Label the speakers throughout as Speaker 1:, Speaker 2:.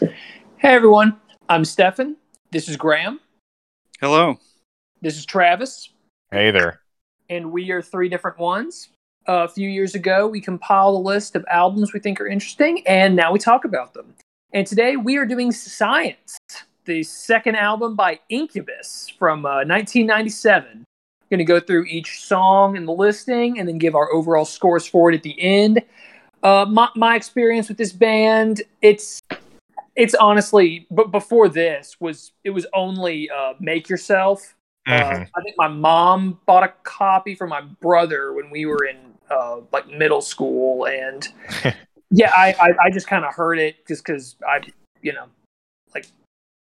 Speaker 1: Hey everyone, I'm Stefan. This is Graham.
Speaker 2: Hello.
Speaker 1: This is Travis.
Speaker 3: Hey there.
Speaker 1: and we are three different ones. a few years ago, we compiled a list of albums we think are interesting, and now we talk about them. And today we are doing Science, the second album by Incubus from uh, 1997. Going to go through each song in the listing and then give our overall scores for it at the end. Uh, my, my experience with this band, it's it's honestly, but before this was it was only uh, Make Yourself uh,
Speaker 3: Mhm.
Speaker 1: I think my mom bought a copy for my brother when we were in uh, like middle school, and yeah, I I, I just kind of heard it just because I you know like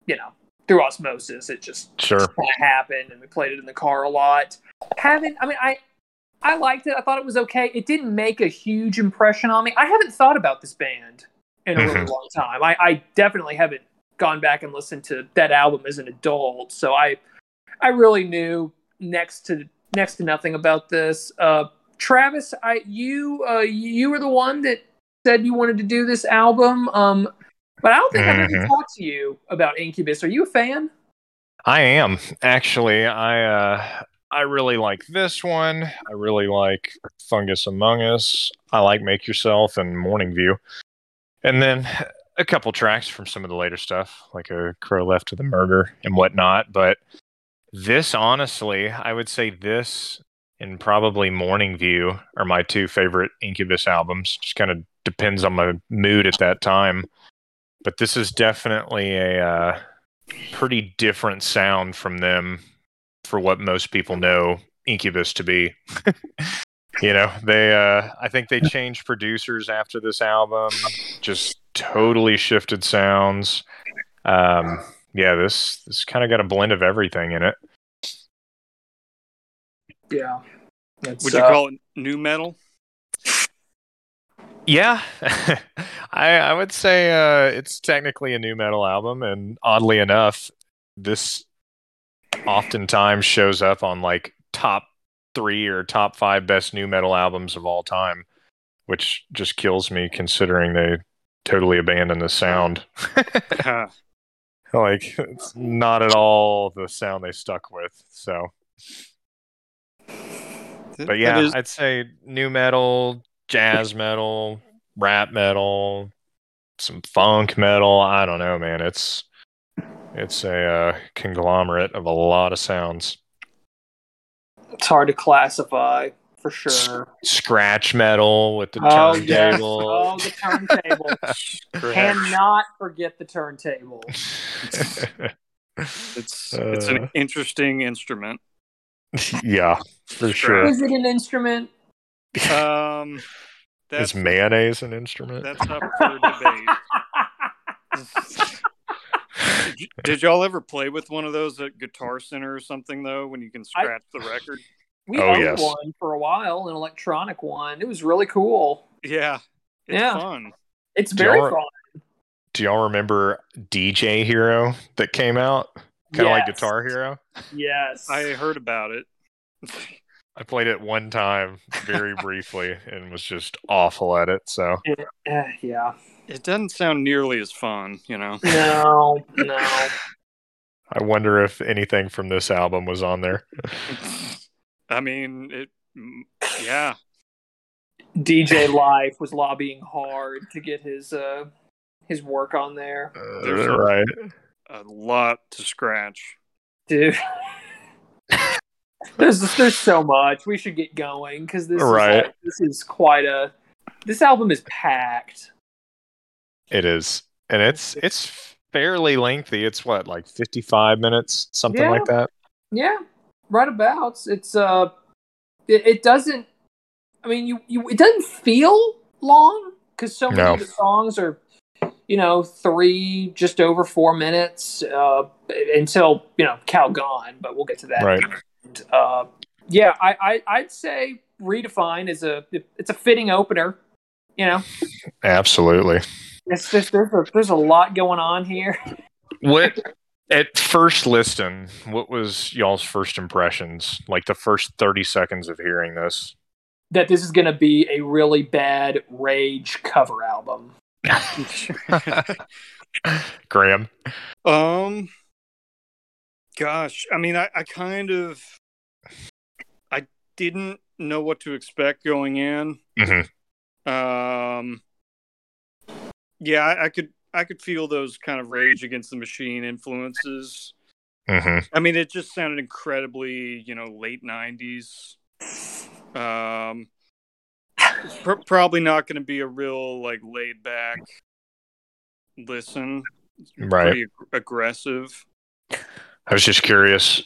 Speaker 1: you know through osmosis it just
Speaker 3: sure.
Speaker 1: kind of happened, and we played it in the car a lot. Haven't I mean I I liked it. I thought it was okay. It didn't make a huge impression on me. I haven't thought about this band in a really
Speaker 3: Mhm.
Speaker 1: long time. I, I definitely haven't gone back and listened to that album as an adult. So I I really knew next to next to nothing about this. Uh, Travis, I you uh, you were the one that said you wanted to do this album. Um, but I don't think I've ever
Speaker 3: Mhm.
Speaker 1: talked to you about Incubus. Are you a fan?
Speaker 3: I am actually. I uh, I really like this one. I really like Fungus Among Us. I like Make Yourself and Morning View, and then a couple tracks from some of the later stuff, like A Crow Left to the Murder and whatnot. But this, honestly, I would say this and probably Morning View are my two favorite Incubus albums. Just kind of depends on my mood at that time. But this is definitely a. Uh, pretty different sound from them for what most people know Incubus to be. you know, they uh I think they changed producers after this album, just totally shifted sounds. Um yeah, this this kind of got a blend of everything in it.
Speaker 1: Yeah. It's,
Speaker 2: Would you
Speaker 1: uh,
Speaker 2: call it new metal?
Speaker 3: Yeah. I I would say uh it's technically a new metal album and oddly enough this oftentimes shows up on like top 3 or top 5 best new metal albums of all time which just kills me considering they totally abandon the sound.
Speaker 2: Uh,
Speaker 3: like it's not at all the sound they stuck with. So
Speaker 2: th-
Speaker 3: But
Speaker 2: that
Speaker 3: yeah,
Speaker 2: is-
Speaker 3: I'd say new metal, jazz metal, rap metal, some funk metal. I don't know, man. It's it's a uh, conglomerate of a lot of sounds.
Speaker 1: uh, it's hard to classify for sure.
Speaker 3: Scratch metal with the
Speaker 1: oh yes,
Speaker 3: turntable.
Speaker 1: oh the turntable. Cannot forget the turntable. Oh.
Speaker 2: it's it's
Speaker 3: Uh,
Speaker 2: an interesting instrument.
Speaker 3: yeah, for sure.
Speaker 1: Is it an instrument?
Speaker 2: Um, that's
Speaker 3: Is mayonnaise an instrument?
Speaker 2: that's up for debate. Did, y- did y'all ever play with one of those at Guitar Center or something though? When you can
Speaker 1: I-
Speaker 2: scratch the record?
Speaker 1: We
Speaker 3: Oh,
Speaker 1: owned
Speaker 3: yes.
Speaker 1: one for a while, an electronic one. It was really cool.
Speaker 2: Yeah, it's
Speaker 1: Yeah.
Speaker 2: fun.
Speaker 1: It's
Speaker 3: Do
Speaker 1: very
Speaker 3: y'all-
Speaker 1: fun.
Speaker 3: Do y'all remember DJ Hero that came out? Kind of like
Speaker 1: Yes.
Speaker 3: Guitar Hero.
Speaker 1: Yes.
Speaker 2: I heard about it.
Speaker 3: I played it one time very briefly and was just awful at it. So
Speaker 1: Eh, yeah.
Speaker 2: It doesn't sound nearly as fun, you know.
Speaker 1: No, no.
Speaker 3: I wonder if anything from this album was on there.
Speaker 2: I mean, it. mm, Yeah,
Speaker 1: DJ Life was lobbying hard to get his uh his work on there.
Speaker 3: Uh,
Speaker 2: There's a-
Speaker 3: right.
Speaker 2: a lot to scratch.
Speaker 1: Dude. there's there's so much. We should get going cuz this is
Speaker 3: Right.
Speaker 1: like- this is quite a this album is packed.
Speaker 3: It is. And it's it's fairly lengthy. It's what, like fifty five minutes, something
Speaker 1: Yeah.
Speaker 3: like that?
Speaker 1: Yeah. Right about. It's uh it, it doesn't I mean you, you it doesn't feel long cuz so many
Speaker 3: No.
Speaker 1: of the songs are you know 3 just over 4 minutes uh until you know Cal gone, but we'll get to that.
Speaker 3: Right.
Speaker 1: And, uh, yeah, I, I I'd say redefine is a it's a fitting opener. You know,
Speaker 3: Absolutely.
Speaker 1: it's just there's a, there's a lot going on here.
Speaker 3: What at first listen, what was y'all's first impressions? Like the first thirty seconds of hearing this?
Speaker 1: That this is going to be a really bad rage cover album.
Speaker 3: Graham.
Speaker 2: Um, gosh, I mean, I, I kind of, I didn't know what to expect going in.
Speaker 3: Mhm.
Speaker 2: Um, yeah, I, I could, I could feel those kind of Rage Against the Machine influences.
Speaker 3: Mhm.
Speaker 2: I mean, it just sounded incredibly, you know, late '90s. Um, pr- probably not going to be a real like laid back listen.
Speaker 3: Right.
Speaker 2: Pretty ag- aggressive.
Speaker 3: I was just curious,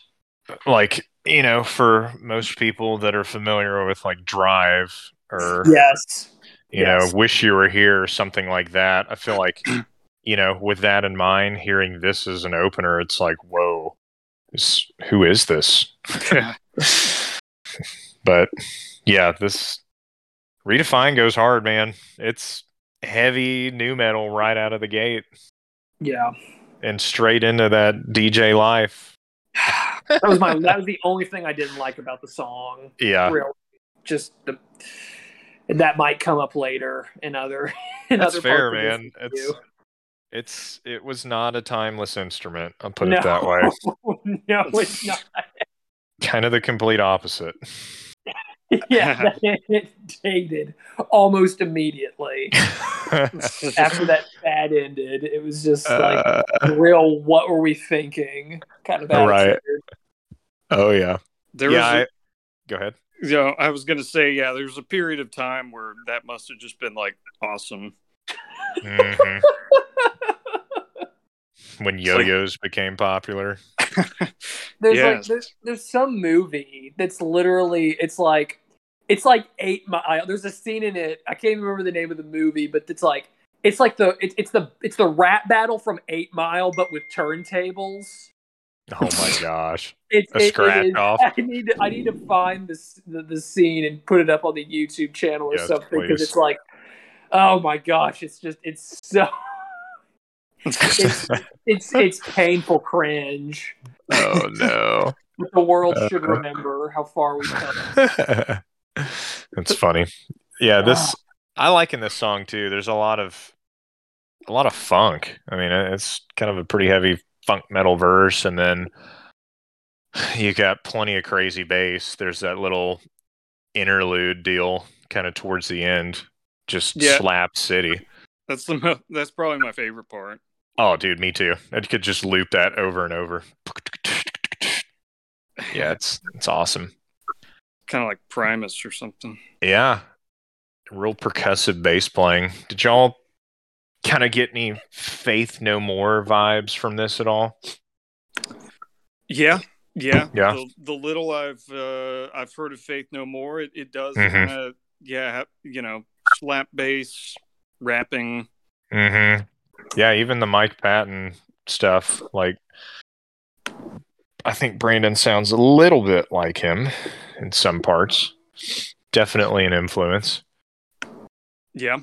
Speaker 3: like you know, for most people that are familiar with like Drive or
Speaker 1: Yes.
Speaker 3: you
Speaker 1: Yes.
Speaker 3: know, Wish You Were Here or something like that. I feel like you know, with that in mind, hearing this as an opener, it's like, whoa, this, who is this? but yeah, this redefine goes hard, man. It's heavy new metal right out of the gate
Speaker 1: Yeah.
Speaker 3: and straight into that DJ life.
Speaker 1: That was my. that was the only thing I didn't like about the song.
Speaker 3: Yeah.
Speaker 1: Real, just the. That might come up later in other. In
Speaker 3: That's
Speaker 1: other
Speaker 3: fair,
Speaker 1: parts of
Speaker 3: man.
Speaker 1: this
Speaker 3: It's
Speaker 1: review.
Speaker 3: it's it was not a timeless instrument. I'll put
Speaker 1: No.
Speaker 3: it that way.
Speaker 1: no, it's not.
Speaker 3: Kind of the complete opposite.
Speaker 1: Yeah, it dated almost immediately after that sad ended. It was just like
Speaker 3: Uh,
Speaker 1: real. What were we thinking? Kind of attitude.
Speaker 3: Right. oh yeah.
Speaker 2: There
Speaker 3: yeah.
Speaker 2: was a-
Speaker 3: I- go ahead.
Speaker 2: you know, I was gonna say, yeah, there was a period of time where that must have just been like awesome.
Speaker 3: Mhm. when yo-yos became popular.
Speaker 1: There's like
Speaker 2: Yes.
Speaker 1: there's, there's some movie that's literally it's like it's like eight mile. There's a scene in it. I can't even remember the name of the movie, but it's like it's like the it's it's the it's the rap battle from Eight Mile, but with turntables.
Speaker 3: Oh my gosh.
Speaker 1: It's
Speaker 3: A scratch off.
Speaker 1: I need to, I need to find this the, the scene and put it up on the YouTube channel or
Speaker 3: Yes,
Speaker 1: something because
Speaker 3: please.
Speaker 1: it's like, oh my gosh, it's just it's so it's it's it's painful cringe.
Speaker 3: oh no.
Speaker 1: The world should
Speaker 3: Uh.
Speaker 1: remember how far we've come.
Speaker 3: That's funny. Yeah, this I like in this song too. There's a lot of a lot of funk. I mean, it's kind of a pretty heavy funk metal verse, and then you got plenty of crazy bass. There's that little interlude deal kind of towards the end, just
Speaker 2: Yeah.
Speaker 3: slap city.
Speaker 2: That's the mo- that's probably my favorite part.
Speaker 3: Oh, dude, me too. I could just loop that over and over. Yeah, it's it's awesome.
Speaker 2: kind of like Primus or something.
Speaker 3: Yeah. Real percussive bass playing. Did y'all kind of get any Faith No More vibes from this at all?
Speaker 2: Yeah, yeah,
Speaker 3: Yeah.
Speaker 2: The, the little I've uh, I've heard of Faith No More, it, it does
Speaker 3: Mhm.
Speaker 2: kind of yeah, ha- you know, slap bass rapping.
Speaker 3: Mm-hmm. Yeah, even the Mike Patton stuff, like I think Brandon sounds a little bit like him in some parts. Definitely an influence.
Speaker 2: Yeah.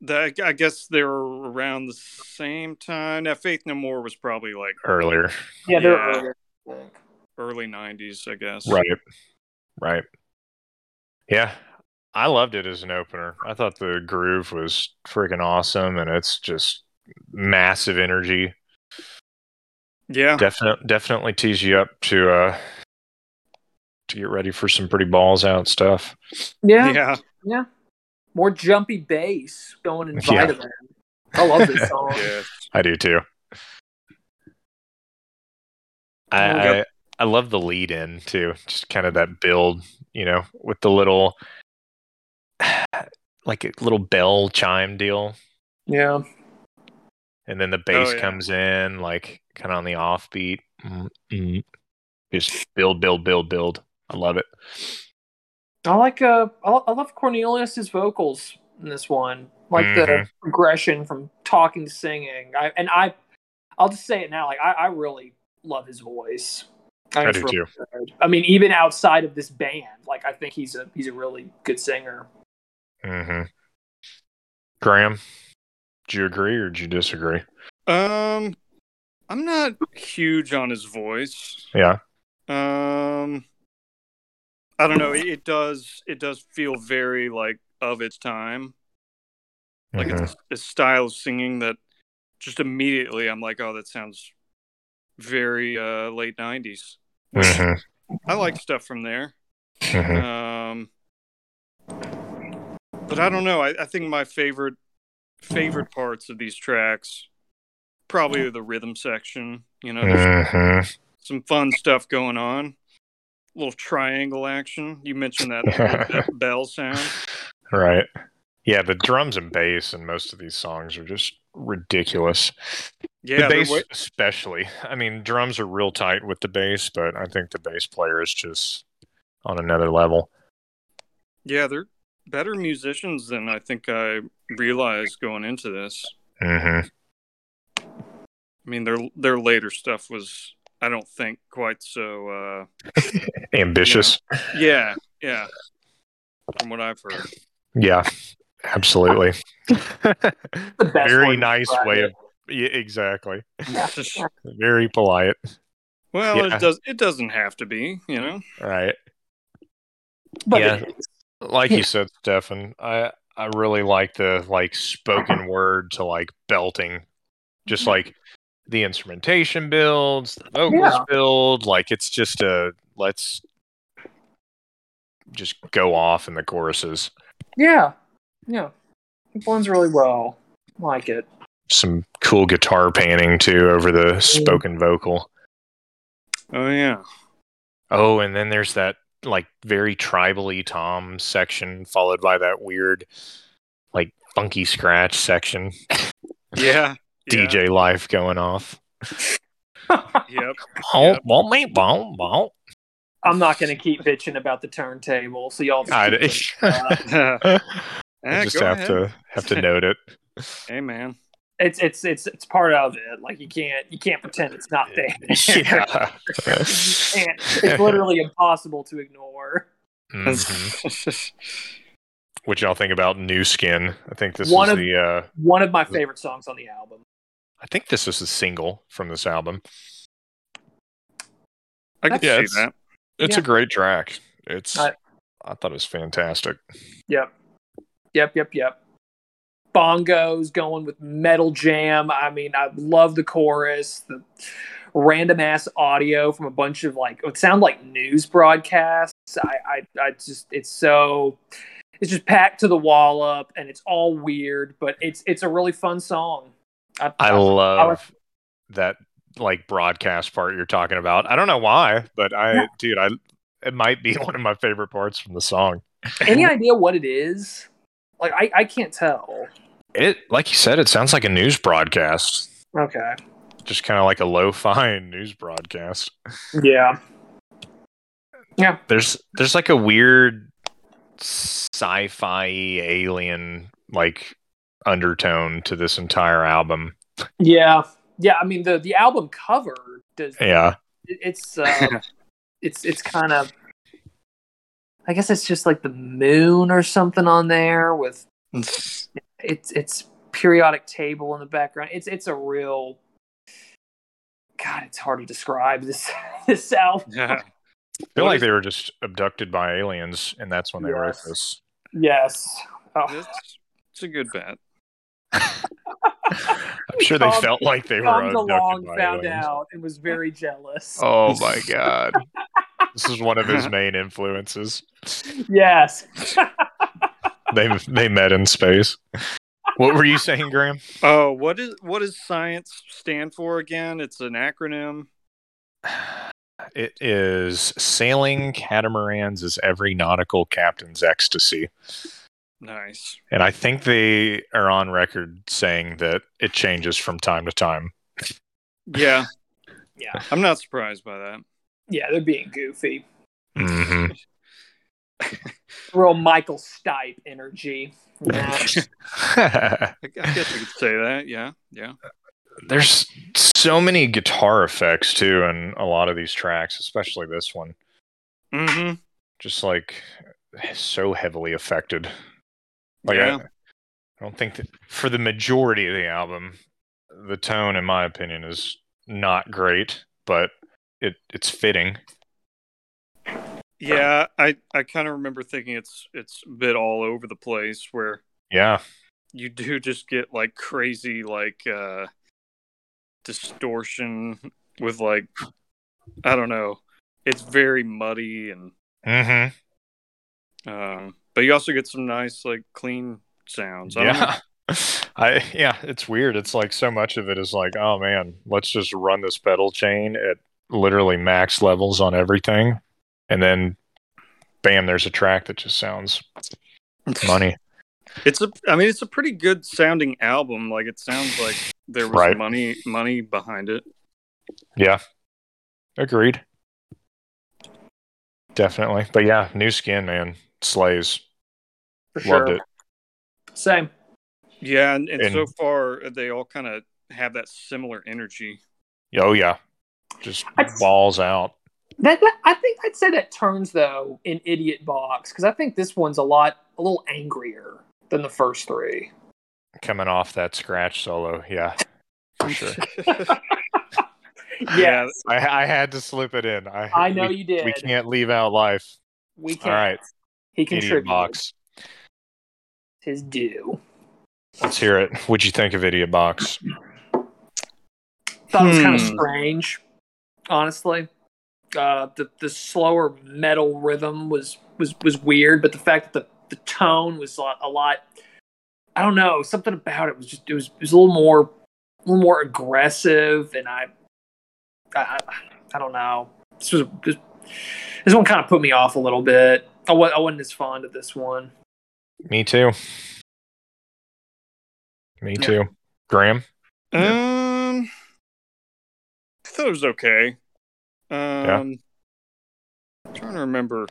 Speaker 2: The, I guess they were around the same time. Now, Faith No More was probably like
Speaker 3: Earlier.
Speaker 1: Yeah, they're
Speaker 2: Yeah.
Speaker 1: earlier. I think.
Speaker 2: early '90s, I guess.
Speaker 3: Right. Right. Yeah. I loved it as an opener. I thought the groove was freaking awesome and it's just massive energy.
Speaker 2: Yeah.
Speaker 3: Definitely definitely tees you up to uh to get ready for some pretty balls out stuff.
Speaker 1: Yeah,
Speaker 2: yeah.
Speaker 1: more jumpy bass going in
Speaker 3: Yeah.
Speaker 1: Vitamin. I love this song.
Speaker 2: Yeah.
Speaker 3: I do too. I I,
Speaker 2: Yep.
Speaker 3: I love the lead in too. Just kind of that build, you know, with the little like a little bell chime deal.
Speaker 1: yeah.
Speaker 3: and then the bass
Speaker 2: Oh, yeah.
Speaker 3: comes in like kind of on the offbeat Mm, mm. just build build build build i love it
Speaker 1: I like uh, I, I love Cornelius's vocals in this one. Like
Speaker 3: Mhm.
Speaker 1: the progression from talking to singing. I and I, I'll just say it now. Like I, I really love his voice. think
Speaker 3: I
Speaker 1: it's
Speaker 3: do
Speaker 1: really good. I mean, even outside of this band, like I think he's a he's a really good singer.
Speaker 3: hmm graham do you agree or do you disagree
Speaker 2: Um, I'm not huge on his voice.
Speaker 3: yeah
Speaker 2: Um, I don't know. It, it does. It does feel very like of its time. Like
Speaker 3: Mhm.
Speaker 2: it's a style of singing that just immediately I'm like, oh, that sounds very uh, late '90s.
Speaker 3: Mhm,
Speaker 2: I like stuff from there.
Speaker 3: mhm.
Speaker 2: Um, but I don't know. I, I think my favorite favorite parts of these tracks probably are the rhythm section. You know, there's
Speaker 3: Mhm.
Speaker 2: some fun stuff going on. little triangle action. You mentioned that, that bell sound.
Speaker 3: Right. Yeah, the drums and bass in most of these songs are just ridiculous.
Speaker 2: Yeah,
Speaker 3: the
Speaker 2: there
Speaker 3: bass
Speaker 2: wa-
Speaker 3: especially. I mean, drums are real tight with the bass, but I think the bass player is just on another level.
Speaker 2: yeah, they're better musicians than I think I realized going into this.
Speaker 3: hmm
Speaker 2: I mean, their their later stuff was, I don't think, quite so. Uh,
Speaker 3: Ambitious.
Speaker 2: yeah, yeah. From what I've heard.
Speaker 3: Yeah, absolutely.
Speaker 1: The best
Speaker 3: Very
Speaker 1: way to
Speaker 3: nice
Speaker 1: describe
Speaker 3: way
Speaker 1: it.
Speaker 3: of- yeah, exactly. Very polite.
Speaker 2: well,
Speaker 3: Yeah.
Speaker 2: it does. It doesn't have to be, you know.
Speaker 3: Right.
Speaker 1: But
Speaker 3: Yeah.
Speaker 1: it is.
Speaker 3: Like
Speaker 1: Yeah.
Speaker 3: you said, Stefan, I I really like the like spoken word to like belting. Just
Speaker 1: Mm-hmm.
Speaker 3: like the instrumentation builds, the vocals
Speaker 1: Yeah.
Speaker 3: build, like it's just a let's just go off in the choruses.
Speaker 1: yeah, yeah, it blends really well. Like it.
Speaker 3: Some cool guitar panning too over the
Speaker 1: Mm.
Speaker 3: spoken vocal.
Speaker 2: Oh yeah.
Speaker 3: Oh, and then there's that like very tribally tom section followed by that weird like funky scratch section.
Speaker 2: Yeah.
Speaker 3: DJ life going off.
Speaker 2: Yep.
Speaker 3: Oh,
Speaker 2: Yep.
Speaker 3: well, me, well, well.
Speaker 1: I'm not going to keep bitching about the turntable, so y'all.
Speaker 3: I,
Speaker 1: Uh,
Speaker 3: I
Speaker 2: Eh,
Speaker 3: just
Speaker 2: Ah, go
Speaker 3: have
Speaker 2: ahead.
Speaker 3: to have to note it.
Speaker 2: Hey man.
Speaker 1: it's it's it's it's part of it. Like you can't you can't pretend it's not there.
Speaker 3: yeah.
Speaker 1: And it's literally impossible to ignore.
Speaker 3: Mhm. What y'all think about New Skin? I think this
Speaker 1: One
Speaker 3: is
Speaker 1: of-
Speaker 3: the. Uh,
Speaker 1: One of my favorite songs on the album.
Speaker 3: I think this is the single from this album.
Speaker 2: I can
Speaker 3: Yeah,
Speaker 2: see
Speaker 3: it's-
Speaker 2: that.
Speaker 3: It's
Speaker 1: Yeah. Uh,
Speaker 3: a great track. It's.
Speaker 1: I-
Speaker 3: I thought it was fantastic.
Speaker 1: Yep. Yep, yep, yep. Bongos going with metal jam. I mean, I love the chorus, the random ass audio from a bunch of like it sound like news broadcasts. I, I I just it's so it's just packed to the wall up and it's all weird, but it's it's a really fun song.
Speaker 3: I
Speaker 1: I-
Speaker 3: love that like broadcast part you're talking about. I don't know why, but I
Speaker 1: Yeah.
Speaker 3: dude, I it might be one of my favorite parts from the song.
Speaker 1: any idea what it is? Like I, I can't tell.
Speaker 3: It like you said, it sounds like a news broadcast.
Speaker 1: Okay.
Speaker 3: Just kind of like a lo-fi news broadcast.
Speaker 1: Yeah.
Speaker 3: There's there's like a weird sci-fi alien like undertone to this entire album.
Speaker 1: Yeah. Yeah. I mean the the album cover does
Speaker 3: Yeah.
Speaker 1: it- it's uh, it's it's kind of I guess it's just like the moon or something on there with it's it's periodic table in the background. It's it's a real God. It's hard to describe this this album.
Speaker 2: Yeah.
Speaker 3: I feel
Speaker 2: What
Speaker 3: like
Speaker 2: is-
Speaker 3: they were just abducted by aliens and that's when they wrote
Speaker 1: Yes.
Speaker 3: this.
Speaker 1: Yes. Oh.
Speaker 2: It's, it's a good bet.
Speaker 3: I'm sure they
Speaker 1: Tom-
Speaker 3: felt like they were
Speaker 1: Comes
Speaker 3: abducted
Speaker 1: along,
Speaker 3: by
Speaker 1: found
Speaker 3: aliens.
Speaker 1: out, and was very jealous.
Speaker 3: Oh my god. this is one of his main influences.
Speaker 1: Yes.
Speaker 3: They they met in space. What were you saying, Graham?
Speaker 2: Oh, what is what does science stand for again? It's an acronym.
Speaker 3: It is sailing catamarans is every nautical captain's ecstasy.
Speaker 2: Nice.
Speaker 3: And I think they are on record saying that it changes from time to time.
Speaker 2: Yeah.
Speaker 1: Yeah.
Speaker 2: I'm not surprised by that.
Speaker 1: Yeah, they're being goofy.
Speaker 3: Mhm.
Speaker 1: Real Michael Stipe energy. Yeah.
Speaker 2: I, gu- I guess I could say that. Yeah. Yeah.
Speaker 3: There's so many guitar effects too in a lot of these tracks, especially this one.
Speaker 2: Mm-hmm.
Speaker 3: just like so heavily affected. Like
Speaker 2: yeah.
Speaker 3: I, I don't think that for the majority of the album, the tone, in my opinion, is not great, but it it's fitting.
Speaker 2: Yeah, I, I kind of remember thinking it's it's a bit all over the place where
Speaker 3: Yeah,
Speaker 2: you do just get like crazy like uh distortion with like I don't know. It's very muddy and
Speaker 3: Mm-hmm.
Speaker 2: um but you also get some nice like clean sounds. I don't know.
Speaker 3: Yeah. I yeah, it's weird. It's like so much of it is like, oh man, let's just run this pedal chain at literally max levels on everything, and then bam, there's a track that just sounds money.
Speaker 2: It's a I mean it's a pretty good sounding album. Like it sounds like there was
Speaker 3: Right.
Speaker 2: money money behind it.
Speaker 3: Agreed. Definitely. But yeah, new skin, man, slays.
Speaker 1: for
Speaker 3: Loved
Speaker 1: sure.
Speaker 3: it.
Speaker 1: Same.
Speaker 2: Yeah, and, and, so
Speaker 3: And-
Speaker 2: far they all kind of have that similar energy.
Speaker 3: Oh yeah, just
Speaker 1: I-
Speaker 3: balls out.
Speaker 1: That, that- I think I'd say that turns though in Idiot Box because I think this one's a lot a little angrier than the first three.
Speaker 3: coming off that scratch solo. Yeah, for sure.
Speaker 2: Yeah.
Speaker 1: Yes,
Speaker 3: I, I had to slip it in. I,
Speaker 1: I know
Speaker 3: we,
Speaker 1: you did.
Speaker 3: We can't leave out life.
Speaker 1: We can't.
Speaker 3: All right,
Speaker 1: He
Speaker 3: idiot
Speaker 1: contributed
Speaker 3: box.
Speaker 1: his due.
Speaker 3: Let's hear it. What'd you think of idiot box?
Speaker 1: Thought it was kind of
Speaker 2: Hmm.
Speaker 1: strange, honestly. Uh, the the slower metal rhythm was was was weird, but the fact that the the tone was a lot, a lot I don't know, something about it was just it was it was a little more a little more aggressive, and I I, I- I don't know. This was this, this one kind of put me off a little bit. I, wa- I wasn't as fond of this one.
Speaker 3: Me too. Me
Speaker 1: Yeah.
Speaker 3: too. Graham.
Speaker 2: Um, I thought it was okay. Um, trying to remember.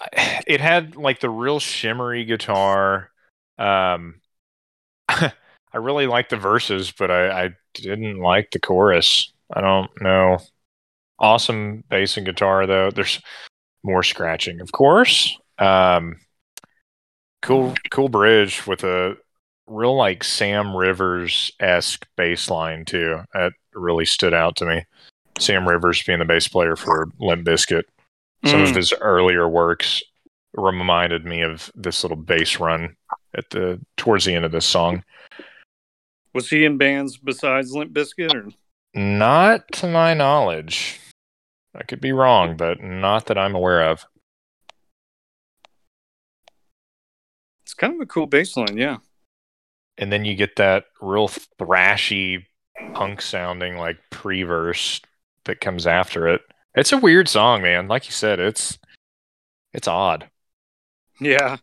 Speaker 3: I- It had like the real shimmery guitar. Um, I really liked the verses, but I, I didn't like the chorus. I don't know. Awesome bass and guitar though. There's more scratching, of course. Um, cool, cool bridge with a real like Sam Rivers esque bass line too. That really stood out to me. Sam Rivers being the bass player for Limp Bizkit. Some of
Speaker 2: Mm.
Speaker 3: his earlier works reminded me of this little bass run at the towards the end of this song.
Speaker 2: Was he in bands besides Limp Bizkit? Or
Speaker 3: Not to my knowledge. I could be wrong, but not that I'm aware of.
Speaker 2: it's kind of a cool bass line, yeah.
Speaker 3: And then you get that real thrashy punk sounding like pre-verse that comes after it. It's a weird song, man. Like you said, it's it's odd.
Speaker 2: Yeah.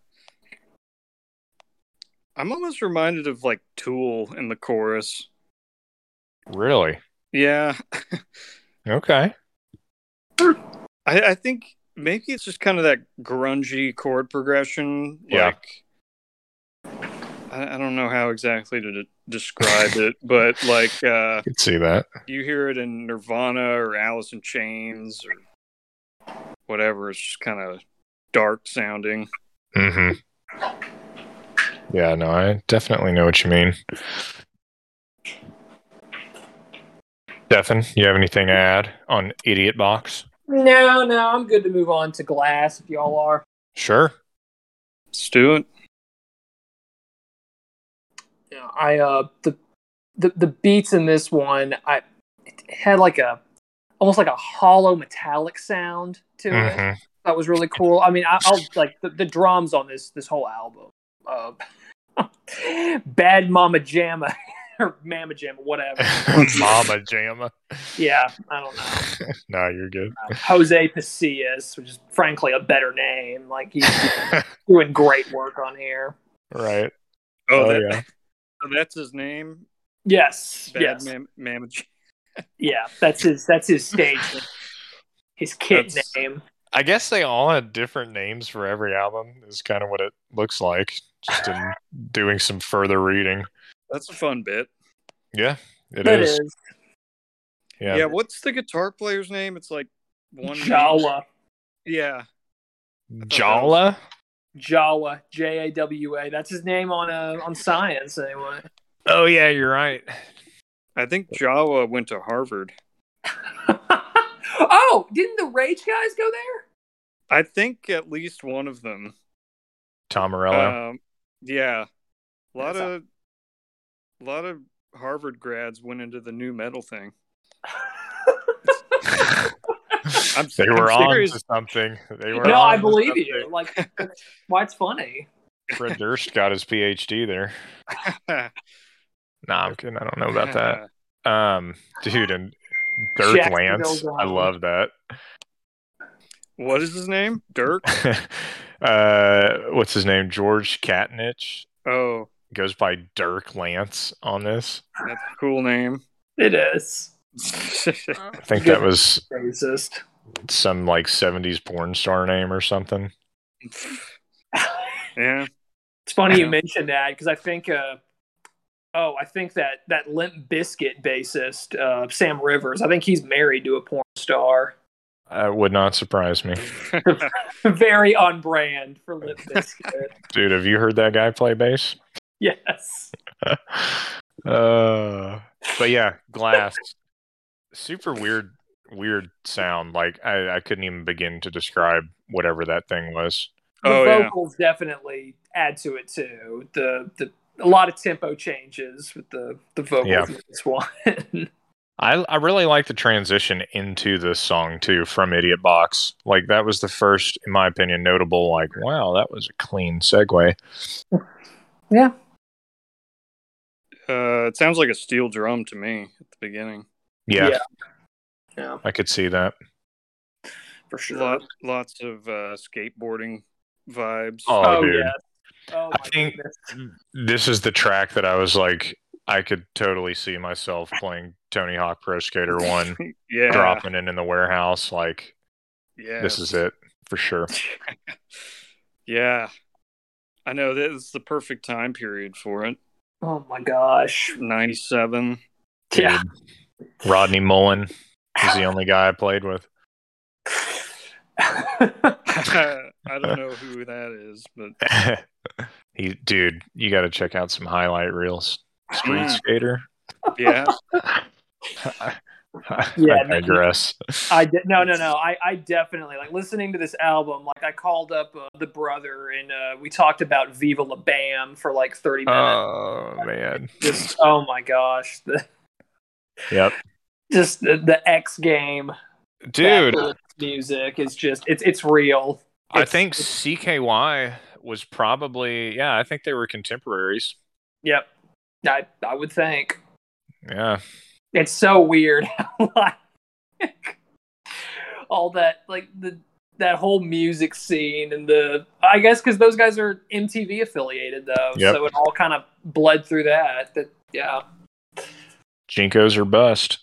Speaker 2: I'm almost reminded of like Tool in the chorus.
Speaker 3: Really.
Speaker 2: Yeah,
Speaker 3: Okay.
Speaker 2: I, I think maybe it's just kind of that grungy chord progression.
Speaker 3: Yeah.
Speaker 2: like- I, I don't know how exactly to de- describe it, but like uh,
Speaker 3: I could see that.
Speaker 2: you hear it in Nirvana or Alice in Chains or whatever. It's just kind of dark sounding.
Speaker 3: Mm-hmm. Yeah, no, I definitely know what you mean. Stefan, you have anything to add on Idiot Box?
Speaker 1: No, no, I'm good to move on to Glass if y'all are.
Speaker 3: Sure.
Speaker 2: Let's do it.
Speaker 1: Yeah, I uh the the the beats in this one I it had like a almost like a hollow metallic sound to it.
Speaker 3: Mhm.
Speaker 1: That was really cool. I mean, I, I'll like the, the drums on this this whole album. Uh, Bad Mama Jamma or Mama Jamma, whatever.
Speaker 3: Mm-hmm. Mama Jamma.
Speaker 1: Yeah, I don't know.
Speaker 3: No, you're good.
Speaker 1: Jose Pasillas, which is frankly a better name. Like he's doing great work on here.
Speaker 3: right.
Speaker 2: Oh,
Speaker 3: Oh,
Speaker 2: that,
Speaker 3: yeah.
Speaker 2: oh, that's his name.
Speaker 1: Yes,
Speaker 2: Bad
Speaker 1: yes,
Speaker 2: Mam- Mama J-
Speaker 1: yeah. That's his that's his stage name, his kid
Speaker 2: That's-
Speaker 1: name.
Speaker 3: I guess they all had different names for every album, is kind of what it looks like. Just in doing some further reading.
Speaker 2: That's a fun bit.
Speaker 3: Yeah, it
Speaker 1: That
Speaker 3: is.
Speaker 1: is
Speaker 2: Yeah.
Speaker 3: Yeah.
Speaker 2: what's the guitar player's name? It's like one.
Speaker 1: Jawa.
Speaker 2: Yeah.
Speaker 3: Jala?
Speaker 1: Jawa. J A W A. That's his name on uh, on science anyway.
Speaker 3: Oh, yeah, you're right.
Speaker 2: I think Jawa went to Harvard.
Speaker 1: oh, didn't the Rage guys go there?
Speaker 2: I think at least one of them.
Speaker 3: Tom Morello.
Speaker 2: Um, yeah. A lot
Speaker 1: That's
Speaker 2: of, lot of Harvard grads went into the new metal thing. I'm,
Speaker 3: They
Speaker 2: I'm
Speaker 3: were on
Speaker 2: serious.
Speaker 3: to something. They were
Speaker 1: no,
Speaker 3: on
Speaker 1: I
Speaker 3: to
Speaker 1: believe you.
Speaker 3: something.
Speaker 1: Like, that's why it's funny.
Speaker 3: Fred Durst got his PhD there. Nah, I'm kidding. I don't know about that.
Speaker 2: Uh,
Speaker 3: Um, dude, and Dirk
Speaker 1: Jacksonville
Speaker 3: Lance. I
Speaker 1: Jaguars.
Speaker 3: love that.
Speaker 2: What is his name? Dirk.
Speaker 3: uh, what's his name? George Katnich
Speaker 2: Oh,
Speaker 3: goes by Dirk Lance on this.
Speaker 2: that's a cool name.
Speaker 1: It is.
Speaker 3: I think that was
Speaker 1: Racist.
Speaker 3: some like 70s porn star name or something.
Speaker 2: yeah.
Speaker 1: It's funny you mentioned that because I think, uh, oh, I think that that Limp Biscuit bassist uh, Sam Rivers. I think he's married to a porn star.
Speaker 3: Uh, would not surprise me,
Speaker 1: Very on brand for Limp Biscuit.
Speaker 3: dude. Have you heard that guy play bass?
Speaker 1: yes.
Speaker 3: uh, but yeah, glass. Super weird, weird sound. Like I, I couldn't even begin to describe whatever that thing was.
Speaker 1: The
Speaker 2: oh yeah.
Speaker 1: vocals definitely add to it too. The the a lot of tempo changes with the the vocals
Speaker 3: Yeah.
Speaker 1: in this one.
Speaker 3: I, I really like the transition into this song too from Idiot Box. Like that was the first, in my opinion, notable. Like, wow, that was a clean segue.
Speaker 2: Uh, it sounds like a steel drum to me at the beginning.
Speaker 3: Yeah,
Speaker 1: Yeah. yeah,
Speaker 3: I could see that.
Speaker 1: for sure.
Speaker 2: Lot, lots of uh, skateboarding vibes.
Speaker 3: Oh, dude,
Speaker 1: yes. Oh, my
Speaker 3: I think-
Speaker 1: goodness.
Speaker 3: this is the track that I was like, I could totally see myself playing Tony Hawk Pro Skater One,
Speaker 2: yeah.
Speaker 3: dropping it in the warehouse. Like,
Speaker 2: Yeah.
Speaker 3: this is it for sure.
Speaker 2: yeah. I know this is the perfect time period for it.
Speaker 1: Oh my gosh.
Speaker 2: 97.
Speaker 1: Yeah.
Speaker 3: Dude. Rodney Mullen is the only guy I played with.
Speaker 2: I don't know who that is, but
Speaker 3: he, dude, you got to check out some highlight reels. Street
Speaker 2: Mm.
Speaker 3: skater.
Speaker 2: yeah.
Speaker 1: Yeah,
Speaker 3: I
Speaker 1: no,
Speaker 3: digress.
Speaker 1: I de- no no no. I, I definitely like listening to this album. Like I called up uh, the brother and uh, we talked about Viva La Bam for like thirty minutes.
Speaker 3: oh man.
Speaker 1: just oh my gosh, the,
Speaker 3: Yep.
Speaker 1: just the, the X game
Speaker 3: Dude,
Speaker 1: backwards music is just it's it's real.
Speaker 3: I
Speaker 1: It's-
Speaker 3: think CKY was probably yeah, I think they were contemporaries.
Speaker 1: Yep, I I would think
Speaker 3: Yeah.
Speaker 1: it's so weird. how, like, all that like the that whole music scene and the I guess because those guys are MTV affiliated though,
Speaker 3: Yep.
Speaker 1: so it all kind of bled through that. That yeah.
Speaker 3: Jinkos are bust.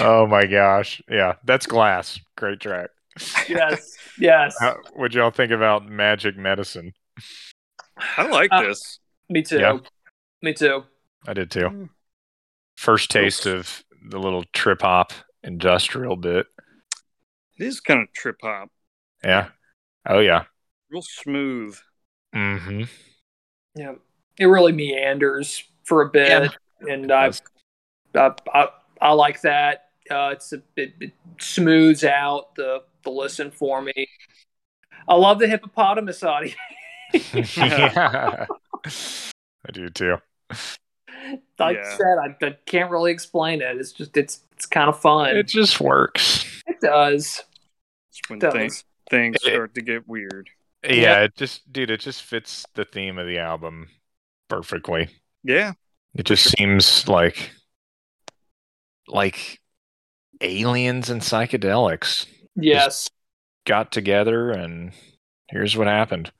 Speaker 3: Oh my gosh. Yeah, that's glass. Great track.
Speaker 1: yes. Yes.
Speaker 3: How, what y'all think about Magic Medicine?
Speaker 2: I like
Speaker 1: Uh,
Speaker 2: this.
Speaker 1: Me too.
Speaker 3: Yeah.
Speaker 1: Me too.
Speaker 3: I did too. First taste of the little trip hop industrial bit.
Speaker 2: It is kind of trip hop,
Speaker 3: Yeah. Oh yeah.
Speaker 2: real smooth.
Speaker 3: Mm-hmm.
Speaker 1: Yeah, it really meanders for a bit, and I, I, I I like that. Uh, it's a, it, it smooths out the the listen for me. I love the hippopotamus audio.
Speaker 3: yeah. I do too.
Speaker 1: Like
Speaker 2: Yeah.
Speaker 1: I said, I, I can't really explain it. It's just it's it's kind of fun.
Speaker 3: It
Speaker 1: It,
Speaker 3: just works.
Speaker 1: does.
Speaker 2: It's when
Speaker 1: Does.
Speaker 2: things things
Speaker 3: It-
Speaker 2: start to get weird.
Speaker 3: Yeah,
Speaker 1: Yeah.
Speaker 3: it just dude, it just fits the theme of the album perfectly.
Speaker 2: Yeah.
Speaker 3: It just seems like like aliens and psychedelics
Speaker 1: Yes.
Speaker 3: got together and here's what happened.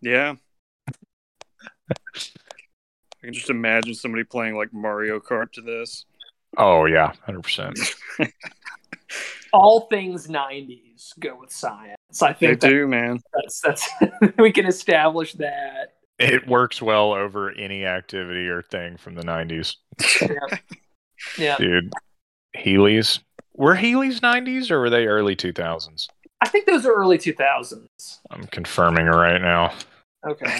Speaker 2: Yeah. I can just imagine somebody playing like Mario Kart to this.
Speaker 3: Oh yeah, 100%.
Speaker 1: All things '90s go with science. I
Speaker 2: They
Speaker 1: think that,
Speaker 2: do, man.
Speaker 1: that's that's we can establish that.
Speaker 3: It works well over any activity or thing from the 90s.
Speaker 1: Yeah,
Speaker 3: Dude, Heelys. Were Heelys 90s or were they early 2000s?
Speaker 1: I think those are early 2000s.
Speaker 3: I'm confirming right now.
Speaker 1: Okay.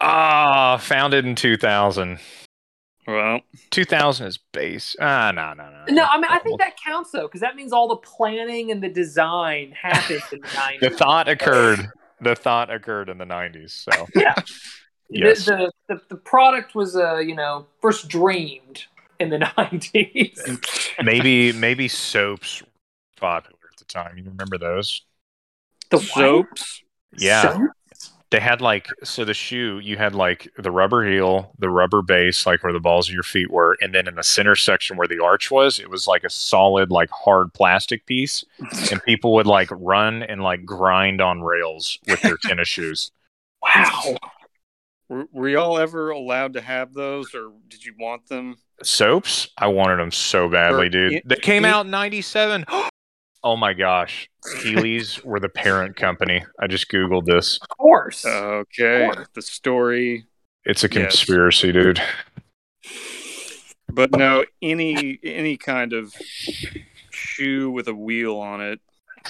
Speaker 3: Ah, founded in 2000.
Speaker 2: well,
Speaker 3: 2000 is base. Ah, no, no, no.
Speaker 1: No, I mean I think that counts though, because that means all the planning and the design happened in the
Speaker 3: the
Speaker 1: nineties.
Speaker 3: thought occurred. the thought occurred in the 90s. So
Speaker 1: Yes.
Speaker 3: Yes.
Speaker 1: The, the, the, the product was, uh, you know, first dreamed in the 90s.
Speaker 3: maybe maybe soaps were popular at the time. You remember those?
Speaker 1: The
Speaker 2: soaps.
Speaker 1: what?
Speaker 3: Yeah.
Speaker 1: Soap?
Speaker 3: They had like so the shoe, you had like the rubber heel, the rubber base, like where the balls of your feet were, and then in the center section where the arch was, it was like a solid, like hard plastic piece. And people would like run and like grind on rails with their tennis shoes.
Speaker 1: Wow.
Speaker 2: Were, were y'all ever allowed to have those, or did you want them?
Speaker 3: Soaps? I wanted them so badly,
Speaker 2: Or-
Speaker 3: dude.
Speaker 2: it-
Speaker 3: That came
Speaker 2: it-
Speaker 3: out in '97. oh my gosh, Keeley's were the parent company. I just googled this.
Speaker 1: Of course.
Speaker 3: Uh,
Speaker 2: Okay,
Speaker 1: Sure.
Speaker 2: the story,
Speaker 3: It's a
Speaker 2: Yes.
Speaker 3: conspiracy, dude.
Speaker 2: but no, any any kind of shoe with a wheel on it.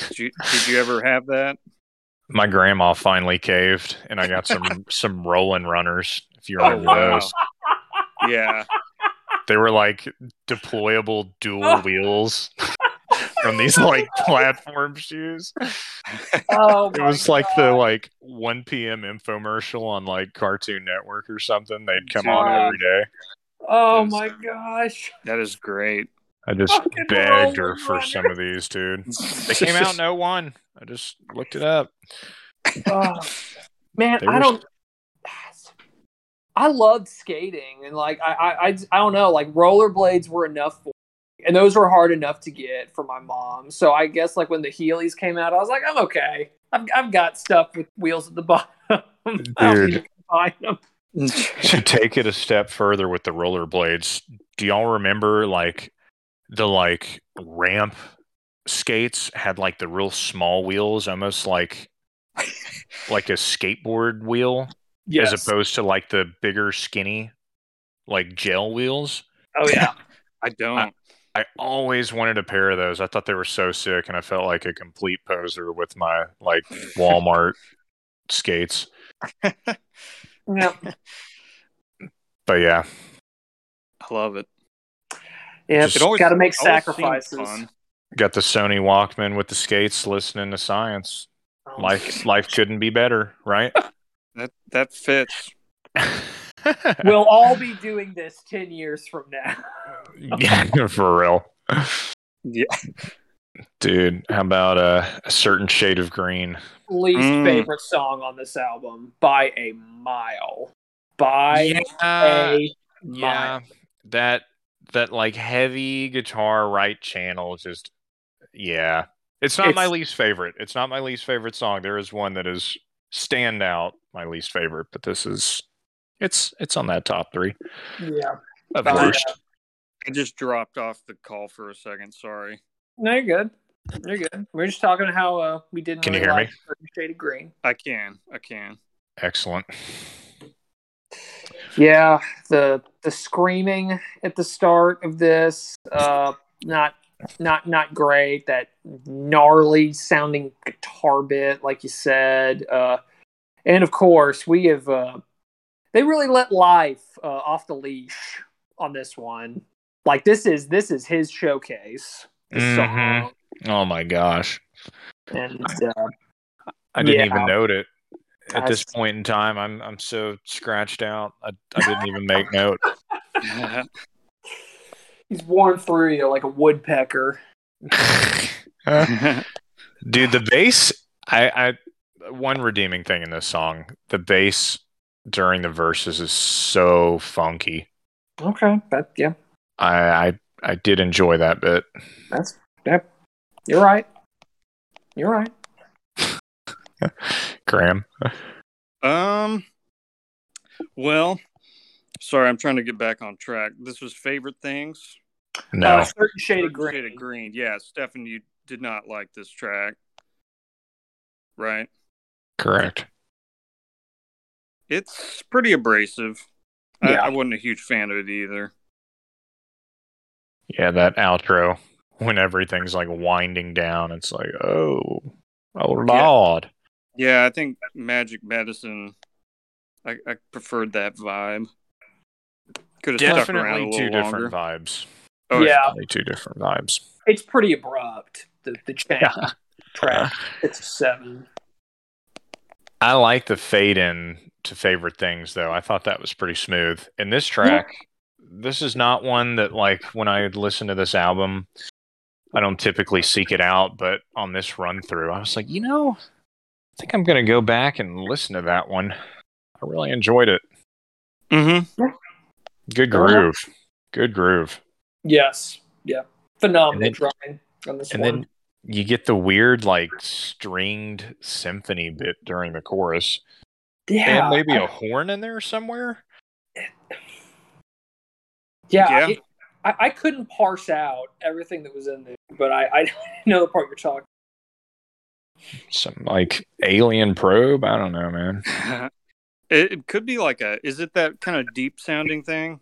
Speaker 2: Did you, did you ever have that?
Speaker 3: My grandma finally caved, and I got some some rolling runners. If you
Speaker 2: Oh,
Speaker 3: remember
Speaker 2: wow.
Speaker 3: those,
Speaker 2: Yeah,
Speaker 3: they were like deployable
Speaker 1: Oh.
Speaker 3: dual wheels from these like platform shoes.
Speaker 1: oh,
Speaker 3: It
Speaker 1: my
Speaker 3: was like
Speaker 1: God.
Speaker 3: the like 1 p.m. infomercial on like Cartoon Network or something. They'd come on
Speaker 1: Dude.
Speaker 3: every day.
Speaker 1: Oh, my gosh.
Speaker 2: that is great.
Speaker 3: I just
Speaker 1: Fucking
Speaker 3: begged her
Speaker 1: Roland
Speaker 3: for
Speaker 1: Runner.
Speaker 3: some of these, dude. They came out in 01. I just looked it up.
Speaker 1: Oh, man,
Speaker 3: They
Speaker 1: I
Speaker 3: were-
Speaker 1: don't. I loved skating, and like I, I, I, I don't know, like rollerblades were enough for, me, and those were hard enough to get for my mom. So I guess like when the Heelys came out, I was like, I'm okay. I've, I've got stuff with wheels at the bottom. I don't
Speaker 3: Dude.
Speaker 1: need to buy them.
Speaker 3: to take it a step further with the rollerblades, do y'all remember like the like ramp skates had like the real small wheels, almost like like a skateboard wheel,
Speaker 1: Yes.
Speaker 3: as opposed to like the bigger, skinny, like gel wheels?
Speaker 1: oh yeah.
Speaker 2: I don't.
Speaker 3: I always wanted a pair of those. I thought they were so sick, and I felt like a complete poser with my like Walmart skates.
Speaker 1: yeah.
Speaker 3: But yeah,
Speaker 2: I love it.
Speaker 1: Yeah.
Speaker 3: Just-
Speaker 2: It always-
Speaker 1: Got to make
Speaker 2: always seemed
Speaker 1: sacrifices.
Speaker 2: fun.
Speaker 3: got the Sony Walkman with the skates, listening to science.
Speaker 1: Oh.
Speaker 3: Life, life couldn't be better, right?
Speaker 2: That that fits.
Speaker 1: We'll all be doing this ten years from now.
Speaker 3: yeah, for real.
Speaker 2: Yeah.
Speaker 3: Dude, how about uh, a certain shade of green?
Speaker 1: Least
Speaker 2: Mm.
Speaker 1: favorite song on this album by a mile. By
Speaker 3: yeah,
Speaker 1: a mile.
Speaker 3: that that like heavy guitar right channel is just yeah. It's not my
Speaker 1: It's-
Speaker 3: least favorite. It's not my least favorite song. There is one that is standout, my least favorite, but this is it's it's on that top three
Speaker 1: Yeah.
Speaker 3: of
Speaker 1: Fine.
Speaker 3: worst.
Speaker 2: uh, I just dropped off the call for a second. Sorry.
Speaker 1: No, you're good. You're good. We are just talking how uh, we didn't.
Speaker 3: Can you
Speaker 1: really
Speaker 3: hear me?
Speaker 1: like Certain Shade of green.
Speaker 2: I can. I can.
Speaker 3: Excellent.
Speaker 1: Yeah, the the screaming at the start of this, uh, not not not great. That gnarly sounding guitar bit, like you said, uh, and of course we have. Uh, they really let life uh, off the leash on this one. Like this is this is his showcase. this
Speaker 3: Mhm.
Speaker 1: song.
Speaker 3: Oh my gosh.
Speaker 1: and uh,
Speaker 3: I didn't
Speaker 1: Yeah.
Speaker 3: even note it. At this
Speaker 1: That's-
Speaker 3: point in time, I'm I'm so scratched out. I, I didn't even make note.
Speaker 1: he's worn through you like a woodpecker.
Speaker 3: Dude, the bass. I, I one redeeming thing in this song, the bass during the verses is so funky.
Speaker 1: Okay, that yeah,
Speaker 3: I I, I did enjoy that bit.
Speaker 1: that's that. You're right. You're right.
Speaker 3: Graham,
Speaker 2: um. Well, sorry. I'm trying to get back on track. This was favorite things.
Speaker 3: no,
Speaker 1: Uh, certain shade of
Speaker 2: Shade
Speaker 1: green.
Speaker 2: of green. Yeah, Stefan, you did not like this track, right?
Speaker 3: correct.
Speaker 2: It's pretty abrasive.
Speaker 1: Yeah.
Speaker 2: I, I wasn't a huge fan of it either.
Speaker 3: Yeah, that outro when everything's like winding down, it's like oh, oh lord.
Speaker 2: Yeah, I think Magic Medicine. I, I preferred that vibe. Could have stuck around a
Speaker 3: Definitely
Speaker 2: little
Speaker 3: two
Speaker 2: longer.
Speaker 3: different vibes.
Speaker 2: Oh,
Speaker 1: yeah,
Speaker 3: Definitely two different vibes.
Speaker 1: it's pretty abrupt. The the change
Speaker 3: Yeah.
Speaker 1: track. It's a seven.
Speaker 3: I like the fade in to favorite things though. I thought that was pretty smooth. And this track, this is not one that like when I listen to this album, I don't typically seek it out, but on this run through, I was like, you know, I think I'm gonna go back and listen to that one. I really enjoyed it.
Speaker 2: Mm-hmm.
Speaker 3: Good
Speaker 1: Fair enough.
Speaker 3: groove. Good groove.
Speaker 1: Yes. Yeah. Phenomenal
Speaker 3: And
Speaker 1: drumming on this
Speaker 3: And
Speaker 1: one.
Speaker 3: then you get the weird like stringed symphony bit during the chorus.
Speaker 1: yeah.
Speaker 3: And maybe a horn in there somewhere.
Speaker 1: Yeah,
Speaker 2: Yeah.
Speaker 1: it- I, I couldn't parse out everything that was in there, but I, I know the part you're talking.
Speaker 3: Some like alien probe. I don't know, man.
Speaker 2: Mm-hmm. it, it could be like a. Is it that kind of deep sounding thing?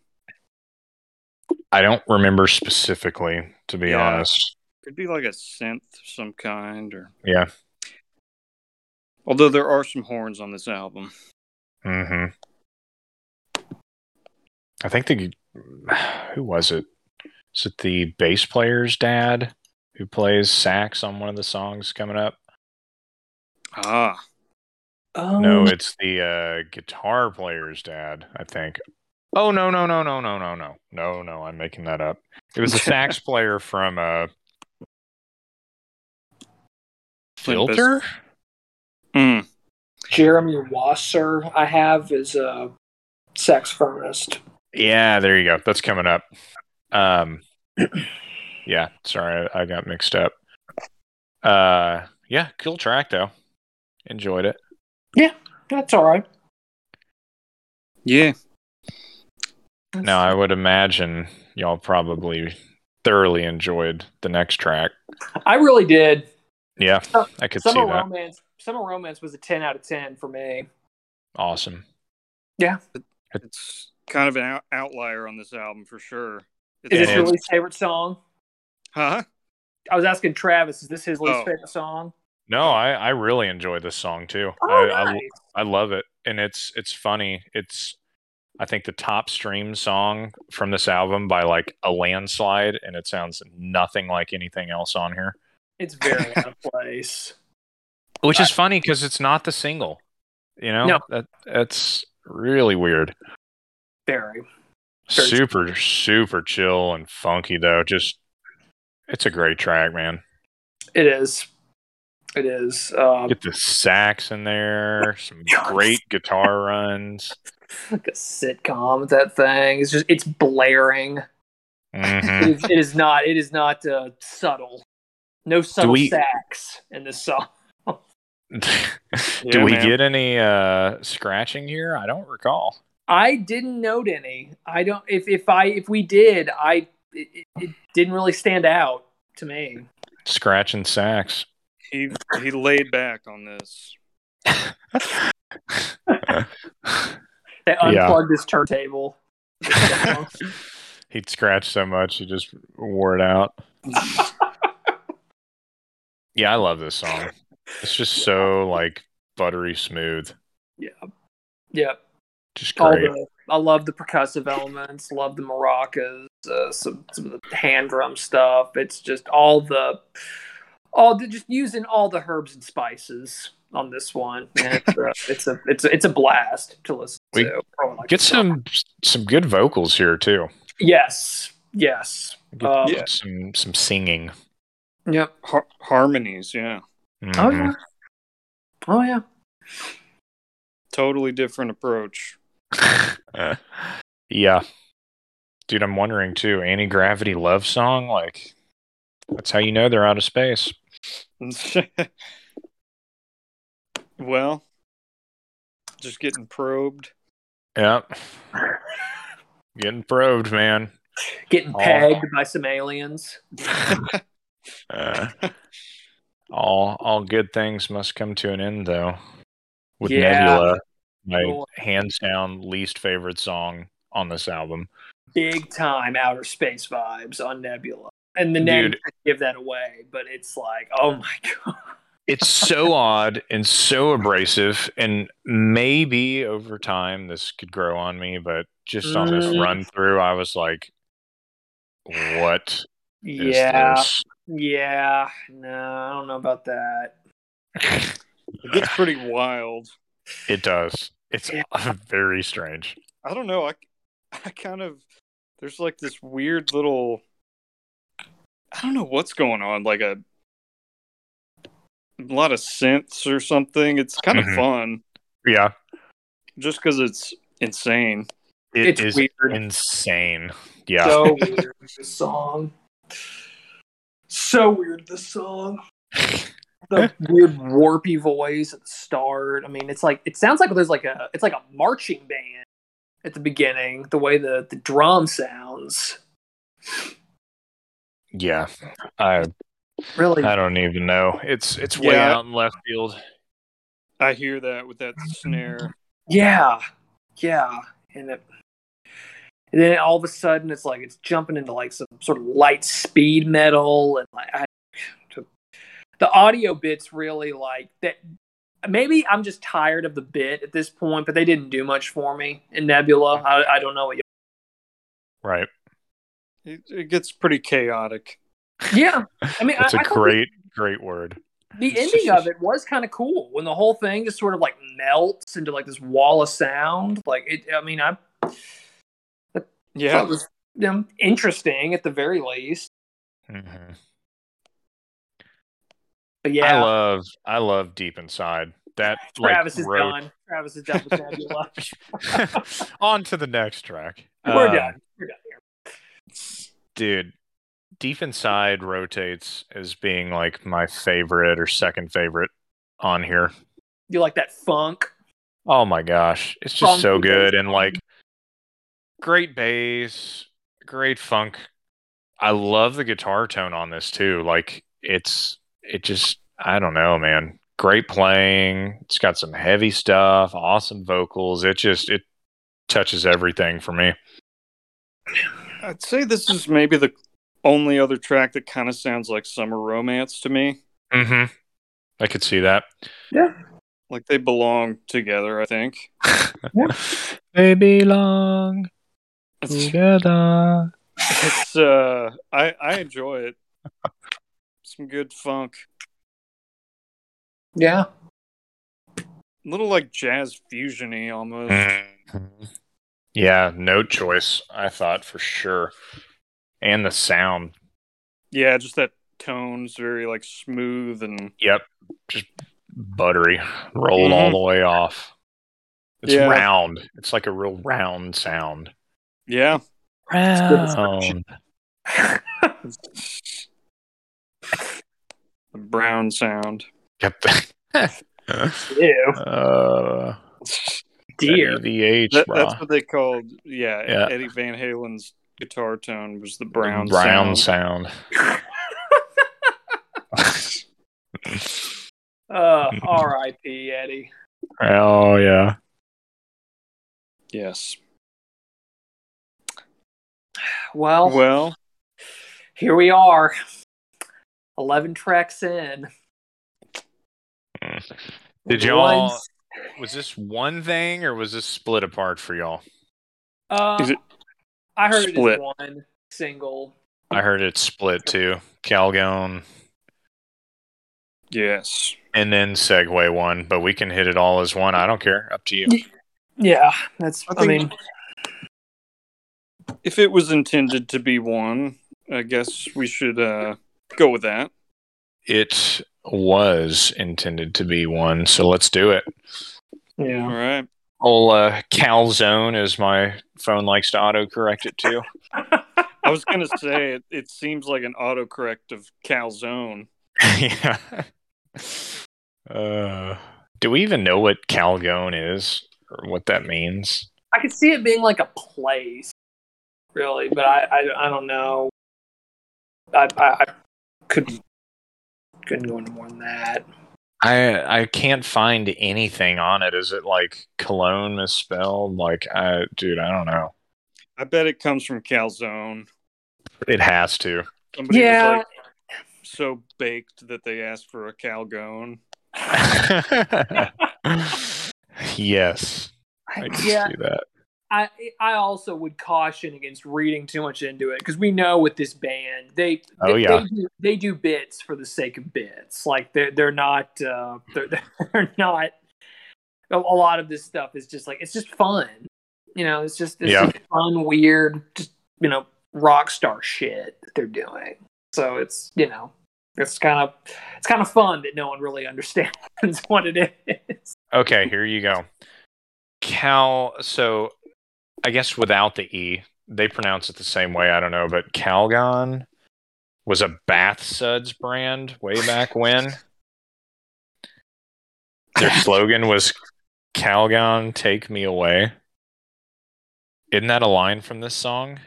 Speaker 3: I don't remember specifically, to be
Speaker 2: Yeah.
Speaker 3: honest.
Speaker 2: Could be like a synth of some kind, or
Speaker 3: Yeah.
Speaker 2: Although there are some horns on this album.
Speaker 3: Mm-hmm. I think the who was it? Is it the bass player's dad who plays sax on one of the songs coming up?
Speaker 2: Ah,
Speaker 1: Um,
Speaker 2: Oh.
Speaker 3: No, it's the uh, guitar player's dad, I think. Oh no no no no no no no no no! I'm making that up. It was the sax player from uh,
Speaker 2: Flint Biz-
Speaker 3: Filter.
Speaker 2: Mm.
Speaker 1: Jeremy Wasser I have is a saxophonist.
Speaker 3: Yeah, there you go. That's coming up. Um, yeah, sorry, I, I got mixed up. Uh, yeah, cool track though. Enjoyed it.
Speaker 1: That's all right.
Speaker 2: Yeah.
Speaker 1: That's-
Speaker 3: Now I would imagine y'all probably thoroughly enjoyed the next track.
Speaker 1: I really did.
Speaker 3: Yeah,
Speaker 1: Oh,
Speaker 3: I could see
Speaker 1: Summer
Speaker 3: that.
Speaker 1: Romance. Summer Romance was a ten out of ten for me.
Speaker 3: Awesome.
Speaker 2: It's kind of an out- outlier on this album for sure. It's
Speaker 1: Is
Speaker 3: It
Speaker 1: this your
Speaker 3: is.
Speaker 1: least favorite song?
Speaker 2: Huh?
Speaker 1: I was asking Travis, is this his least
Speaker 2: Oh.
Speaker 1: favorite song?
Speaker 3: No, I, I really enjoy this song too.
Speaker 1: Oh,
Speaker 3: I, I,
Speaker 1: nice.
Speaker 3: I love it, and it's it's funny. It's I think the top stream song from this album by like a landslide, and it sounds nothing like anything else on here.
Speaker 1: It's very out of place.
Speaker 3: Which is funny because it's not the single. You know,
Speaker 1: No.
Speaker 3: that that's really weird.
Speaker 1: Very. Very true.
Speaker 3: Super super chill and funky though. Just it's a great track, man.
Speaker 1: It is. It is. Um,
Speaker 3: Get the sax in there, some
Speaker 1: Yes.
Speaker 3: great guitar runs.
Speaker 1: like a sitcom with that thing. It's just it's blaring.
Speaker 3: Mhm.
Speaker 1: It is, it is not. It is not uh, subtle. No subtle
Speaker 3: we-
Speaker 1: sax in this song.
Speaker 3: Do
Speaker 2: Yeah,
Speaker 3: we
Speaker 2: man.
Speaker 3: get any uh scratching here? I don't recall.
Speaker 1: I didn't note any. I don't. If if I if we did, I it, it- it didn't really stand out to me.
Speaker 3: Scratching sax.
Speaker 2: He he laid back on this.
Speaker 1: They
Speaker 3: Yeah.
Speaker 1: unplugged this turntable.
Speaker 3: He'd scratched so much, he just wore it out. yeah, I love this song. It's just so like buttery smooth.
Speaker 1: Yeah,
Speaker 3: Just
Speaker 1: all
Speaker 3: great.
Speaker 1: the. I love the percussive elements. Love the maracas. Uh, some some of the hand drum stuff. It's just all the, all the just using all the herbs and spices on this one. And it's, a, it's a it's a it's a blast to listen
Speaker 3: We-
Speaker 1: to. I like
Speaker 3: Get
Speaker 1: this song.
Speaker 3: some some good vocals here too.
Speaker 1: Yes. Yes.
Speaker 3: Get
Speaker 1: Um,
Speaker 2: Yeah.
Speaker 3: some some singing.
Speaker 1: Yep.
Speaker 2: Har- harmonies, yeah.
Speaker 1: Oh
Speaker 3: Mhm.
Speaker 1: yeah. Oh yeah.
Speaker 2: Totally different approach.
Speaker 3: Uh, yeah. Dude, I'm wondering too, anti gravity love song? Like that's how you know they're out of space.
Speaker 2: well, just getting probed.
Speaker 3: Yep. Getting probed, man.
Speaker 1: Getting
Speaker 3: Oh.
Speaker 1: pegged by some aliens.
Speaker 3: Uh, all all good things must come to an end though. With
Speaker 1: Yeah.
Speaker 3: Nebula, my
Speaker 1: Boy.
Speaker 3: hands down least favorite song on this album.
Speaker 1: Big time outer space vibes on Nebula. And the
Speaker 3: Dude.
Speaker 1: name could give that away, but it's like, oh my god.
Speaker 3: It's so odd and so abrasive, and maybe over time this could grow on me, but just on this
Speaker 1: Mm.
Speaker 3: run through, I was like, "What is
Speaker 1: Yeah.
Speaker 3: this?"
Speaker 1: Yeah. No, I don't know about that.
Speaker 2: It gets pretty wild.
Speaker 3: It does. It's
Speaker 1: Yeah.
Speaker 3: uh, very strange.
Speaker 2: I don't know. I, I kind of there's like this weird little. I don't know what's going on. Like a, a lot of synths or something. It's kind
Speaker 3: Mhm.
Speaker 2: of fun
Speaker 3: Yeah,
Speaker 2: just because it's insane.
Speaker 1: It's
Speaker 3: it's
Speaker 1: weird.
Speaker 3: insane. Yeah,
Speaker 1: So weird this song. So weird this song. The weird warpy voice at the start. I mean, it's like it sounds like there's like a it's like a marching band at the beginning. The way the the drum sounds
Speaker 3: yeah. I
Speaker 1: really.
Speaker 3: I don't even know. It's it's way
Speaker 2: Yeah.
Speaker 3: out in left field.
Speaker 2: I hear that with that snare.
Speaker 1: Yeah, yeah, and it. And then all of a sudden, it's like it's jumping into like some sort of light speed metal, and like I, the audio bits really like that. Maybe I'm just tired of the bit at this point, but they didn't do much for me in Nebula. I, I don't know what. You-
Speaker 3: Right.
Speaker 2: It, it gets pretty chaotic.
Speaker 1: yeah, I mean,
Speaker 3: It's
Speaker 1: I,
Speaker 3: a
Speaker 1: I thought
Speaker 3: great great word.
Speaker 1: the, the ending of it was kind of cool when the whole thing just sort of like melts into like this wall of sound. Like it, I mean, I thought
Speaker 2: Yeah,
Speaker 1: it was um, interesting at the very least.
Speaker 3: Mhm.
Speaker 1: But yeah,
Speaker 3: I love I love deep inside. That like
Speaker 1: Travis is
Speaker 3: road-
Speaker 1: done. Travis is done with Nebula.
Speaker 3: on to the next track.
Speaker 1: We're
Speaker 3: Um,
Speaker 1: done. We're done here.
Speaker 3: dude deep inside rotates as being like my favorite or second favorite on here
Speaker 1: You like that funk?
Speaker 3: oh my gosh it's just so
Speaker 1: Funky
Speaker 3: good and like great bass great funk i love the guitar tone on this too like it's it just i don't know man great playing it's got some heavy stuff awesome vocals it just it touches everything for me
Speaker 2: I'd say this is maybe the only other track that kind of sounds like summer romance to me.
Speaker 3: mm-hmm i could see that
Speaker 2: Like they belong together. I think.
Speaker 3: They belong Mm-hmm.
Speaker 2: It's-
Speaker 3: together.
Speaker 2: it's uh i i enjoy it some good funk
Speaker 1: Yeah.
Speaker 2: a little like jazz fusiony almost
Speaker 3: Mm. Mm-hmm. Yeah, no choice, I thought for sure. And the sound.
Speaker 2: yeah just that tone's very like smooth and
Speaker 3: Yep. Just buttery. Rolled all
Speaker 2: Mhm.
Speaker 3: the way off. It's
Speaker 2: Yeah.
Speaker 3: round. It's like a real round sound.
Speaker 2: yeah
Speaker 1: good description.
Speaker 3: Round.
Speaker 2: the brown sound
Speaker 3: Yep.
Speaker 1: Ew.
Speaker 3: uh,
Speaker 1: Dear.
Speaker 3: VH,
Speaker 2: That-
Speaker 3: bro.
Speaker 2: that's what they called yeah, E-,
Speaker 3: Yeah.
Speaker 2: eddie van halen's guitar tone was the brown
Speaker 3: brown
Speaker 2: sound.
Speaker 3: sound.
Speaker 1: Uh, R.I.P. Eddie.
Speaker 3: oh yeah.
Speaker 2: yes
Speaker 1: Well,
Speaker 2: well
Speaker 1: here we are. Eleven tracks in.
Speaker 3: Did y'all-
Speaker 1: Once-
Speaker 3: Was this one thing or was this split apart for y'all?
Speaker 1: Uh,
Speaker 2: Is it-
Speaker 1: I heard
Speaker 2: Split.
Speaker 1: it as one single.
Speaker 3: I heard it split too. Calgon
Speaker 2: yes
Speaker 3: and then Segway one, but we can hit it all as one. I don't care. Up to you.
Speaker 1: Yeah, that's.
Speaker 2: I
Speaker 1: I,
Speaker 2: think-
Speaker 1: mean,
Speaker 2: if it was intended to be one i guess we should uh go with that
Speaker 3: It was intended to be one, so let's do it.
Speaker 1: yeah.
Speaker 2: all right
Speaker 3: Old uh, Calzone, as my phone likes to autocorrect it to.
Speaker 2: I was gonna say it, it seems like an autocorrect of calzone.
Speaker 3: yeah. Uh, do we even know what Calgon is or what that means?
Speaker 1: I could see it being like a place, really, but I, I, I don't know. I, I, I couldn't couldn't go into more than that.
Speaker 3: I I can't find anything on it. Is it like cologne misspelled? Like I dude, I don't know.
Speaker 2: I bet it comes from calzone.
Speaker 3: It has to.
Speaker 2: Somebody
Speaker 1: Yeah.
Speaker 2: was like so baked that they asked for a calgone.
Speaker 3: yes. I can
Speaker 1: yeah,
Speaker 3: see that.
Speaker 1: I I also would caution against reading too much into it because we know with this band they
Speaker 3: Oh,
Speaker 1: they,
Speaker 3: yeah.
Speaker 1: they do, they do bits for the sake of bits like they're they're not uh, they're they're not a, a lot of this stuff is just like it's just fun. You know, it's just it's
Speaker 3: Yeah.
Speaker 1: just fun, weird, just you know, rock star shit that they're doing. So it's you know, it's kind of it's kind of fun that no one really understands what it is.
Speaker 3: Okay, here you go. Cal. So, I guess without the e, they pronounce it the same way. I don't know, but Calgon was a bath suds brand way back when. Their slogan was "Calgon, take me away." Isn't that a line from this song?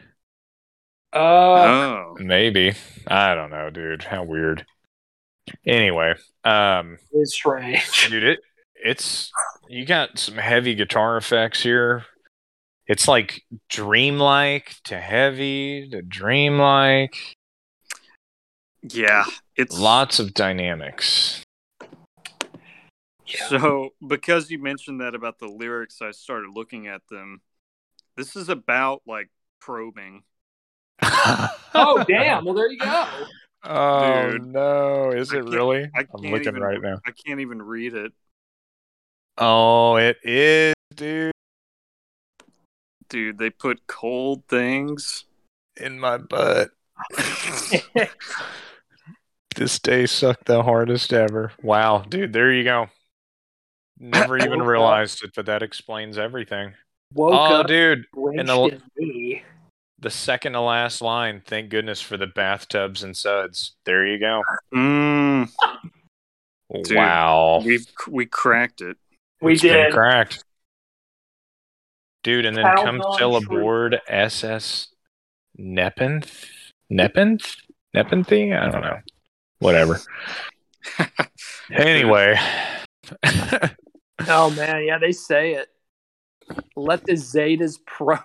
Speaker 1: Uh,
Speaker 3: Uh-huh.
Speaker 2: oh,
Speaker 3: Maybe. I don't know, dude. How weird. Anyway, um,
Speaker 1: it's strange.
Speaker 3: dude it it's you got some heavy guitar effects here it's like dreamlike to heavy to dreamlike
Speaker 2: yeah. It's
Speaker 3: lots of dynamics
Speaker 2: So, because you mentioned that about the lyrics, I started looking at them. This is about like probing.
Speaker 1: Oh damn! Well, there you go.
Speaker 3: oh
Speaker 2: Dude.
Speaker 3: no is
Speaker 2: I
Speaker 3: it
Speaker 2: can't-
Speaker 3: really
Speaker 2: I
Speaker 3: i'm
Speaker 2: can't
Speaker 3: looking
Speaker 2: even-
Speaker 3: right now
Speaker 2: I can't even read it,
Speaker 3: oh it is dude
Speaker 2: dude. They put cold things.
Speaker 3: in my butt this day sucked the hardest ever wow dude there you go never even
Speaker 1: Woke up.
Speaker 3: realized it but that explains everything
Speaker 1: Woke
Speaker 3: oh
Speaker 1: up,
Speaker 3: dude
Speaker 1: drenched
Speaker 3: the-
Speaker 1: in me.
Speaker 3: the second to last line. Thank goodness for the bathtubs and suds. There you go.
Speaker 2: Mm, Dude,
Speaker 3: wow,
Speaker 2: we we cracked it.
Speaker 1: We
Speaker 3: It's been
Speaker 1: did.
Speaker 3: cracked, dude. And then
Speaker 1: How
Speaker 3: come
Speaker 1: long
Speaker 3: sail
Speaker 1: should-
Speaker 3: aboard SS Nepenthe, Nepenthe, Nepenthe. I don't know. Whatever. Anyway,
Speaker 1: Oh man, yeah, they say it. Let the Zetas probe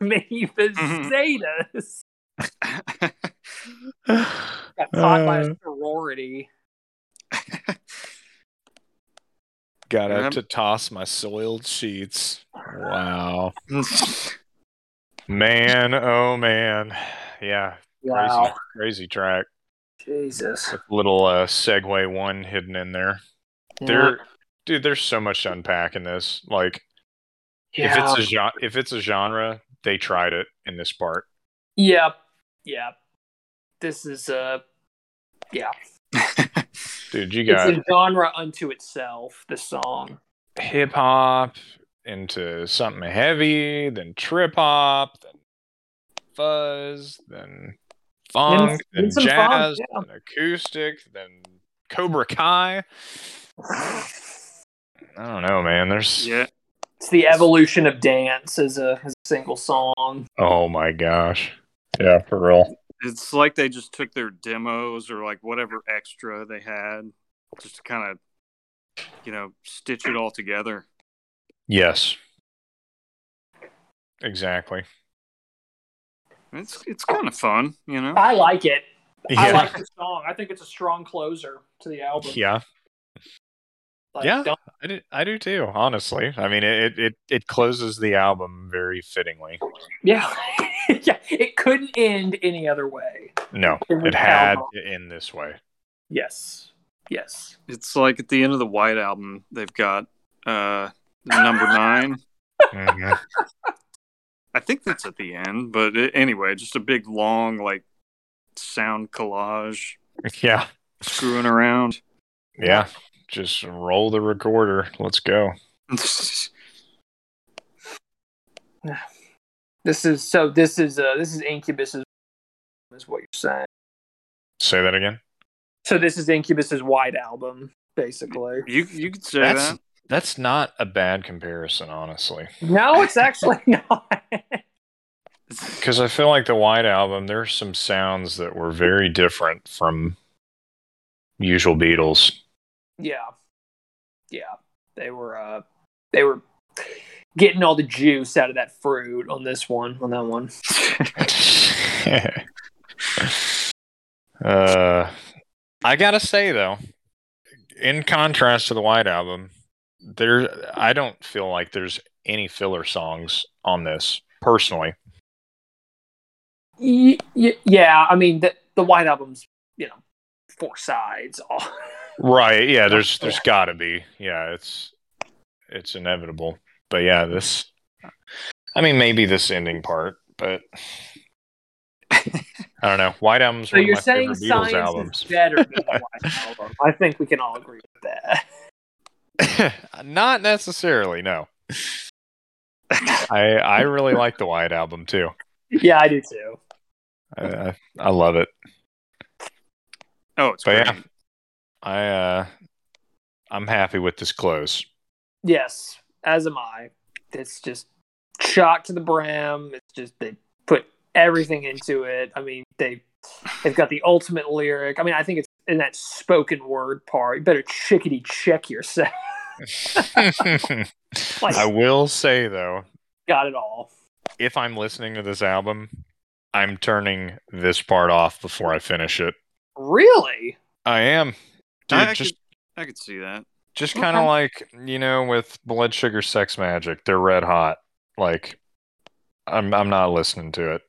Speaker 1: me, the
Speaker 2: Mhm.
Speaker 1: Zetas. Got taught by a
Speaker 3: Uh.
Speaker 1: sorority.
Speaker 3: got
Speaker 2: Yeah.
Speaker 3: up to toss my soiled sheets. Wow, man. Oh man. Yeah, crazy,
Speaker 1: Wow,
Speaker 3: crazy track.
Speaker 1: Jesus.
Speaker 3: with little uh, segue one hidden in there. There, dude, there's so much to unpack in this. Like,
Speaker 1: yeah.
Speaker 3: if it's a genre, if it's a genre, they tried it in this part.
Speaker 1: yeah, yeah. This is uh, yeah.
Speaker 3: Dude, you got
Speaker 1: It's a genre unto itself. This song.
Speaker 3: hip hop into something heavy, then trip hop, then fuzz, then funk, then,
Speaker 1: then some funk,
Speaker 3: jazz,
Speaker 1: yeah.
Speaker 3: then acoustic, then Cobra Kai. I don't know, man. There's
Speaker 2: yeah,
Speaker 1: It's the evolution of dance as a, as a single song.
Speaker 3: oh my gosh, yeah, for real.
Speaker 2: it's like they just took their demos or like whatever extra they had, just to kind of, you know, stitch it all together.
Speaker 3: Yes. Exactly.
Speaker 2: It's it's kind of fun, you know.
Speaker 1: I like it. I
Speaker 3: Yeah.
Speaker 1: like the song. I think it's a strong closer to the album.
Speaker 3: yeah.
Speaker 1: Like,
Speaker 3: Yeah.
Speaker 1: don't-
Speaker 3: I do, I do too, honestly. I mean, it, it, it closes the album very fittingly.
Speaker 1: Yeah. yeah. It couldn't end any other way.
Speaker 3: No,
Speaker 1: It was
Speaker 3: it had
Speaker 1: album.
Speaker 3: to end this way.
Speaker 1: Yes. Yes.
Speaker 2: It's like at the end of the White album, they've got uh number nine.
Speaker 3: Mhm.
Speaker 2: I think that's at the end, but it, anyway, just a big long like sound collage
Speaker 3: yeah.
Speaker 2: screwing around.
Speaker 3: Yeah. Just roll the recorder. Let's go.
Speaker 1: This is so this is uh this is Incubus's is what you're saying.
Speaker 3: Say that again.
Speaker 1: So this is Incubus's wide album, basically.
Speaker 2: you you could say
Speaker 3: That's-
Speaker 2: that.
Speaker 3: That's not a bad comparison, honestly.
Speaker 1: No, it's actually not.
Speaker 3: Because I feel like the White album, there's some sounds that were very different from usual Beatles.
Speaker 1: yeah. Yeah. They were uh they were getting all the juice out of that fruit on this one, on that one.
Speaker 3: uh, I gotta say though, in contrast to the White Album, there I don't feel like there's any filler songs on this personally.
Speaker 1: Y- y- yeah, I mean the the white album's, you know, four sides all
Speaker 3: Right? Yeah. There's there's gotta be. Yeah. It's it's inevitable. But yeah, this. I mean, maybe this ending part, but I don't know. White albums
Speaker 1: So
Speaker 3: one of
Speaker 1: you're
Speaker 3: my
Speaker 1: saying
Speaker 3: favorite Beatles
Speaker 1: science
Speaker 3: albums.
Speaker 1: is better than the White Album. I think we can all agree with that.
Speaker 3: Not necessarily. No. I I really like the White album too.
Speaker 1: Yeah, I do too.
Speaker 3: I I, I love it.
Speaker 2: Oh, it's
Speaker 3: But
Speaker 2: great.
Speaker 3: yeah, I uh, I'm happy with this close.
Speaker 1: Yes, as am I. It's just shot to the brim. It's just they put everything into it. I mean, they they've got the ultimate lyric. I mean, I think it's in that spoken word part. You better chickadee check yourself.
Speaker 3: I will say though,
Speaker 1: Got it all.
Speaker 3: if I'm listening to this album, I'm turning this part off before I finish it.
Speaker 1: Really?
Speaker 3: I am. Dude,
Speaker 2: I
Speaker 3: just
Speaker 2: could- I could see that.
Speaker 3: just kind of
Speaker 1: Okay.
Speaker 3: like, you know, with Blood Sugar Sex Magic, they're red hot. Like I'm I'm not listening to it.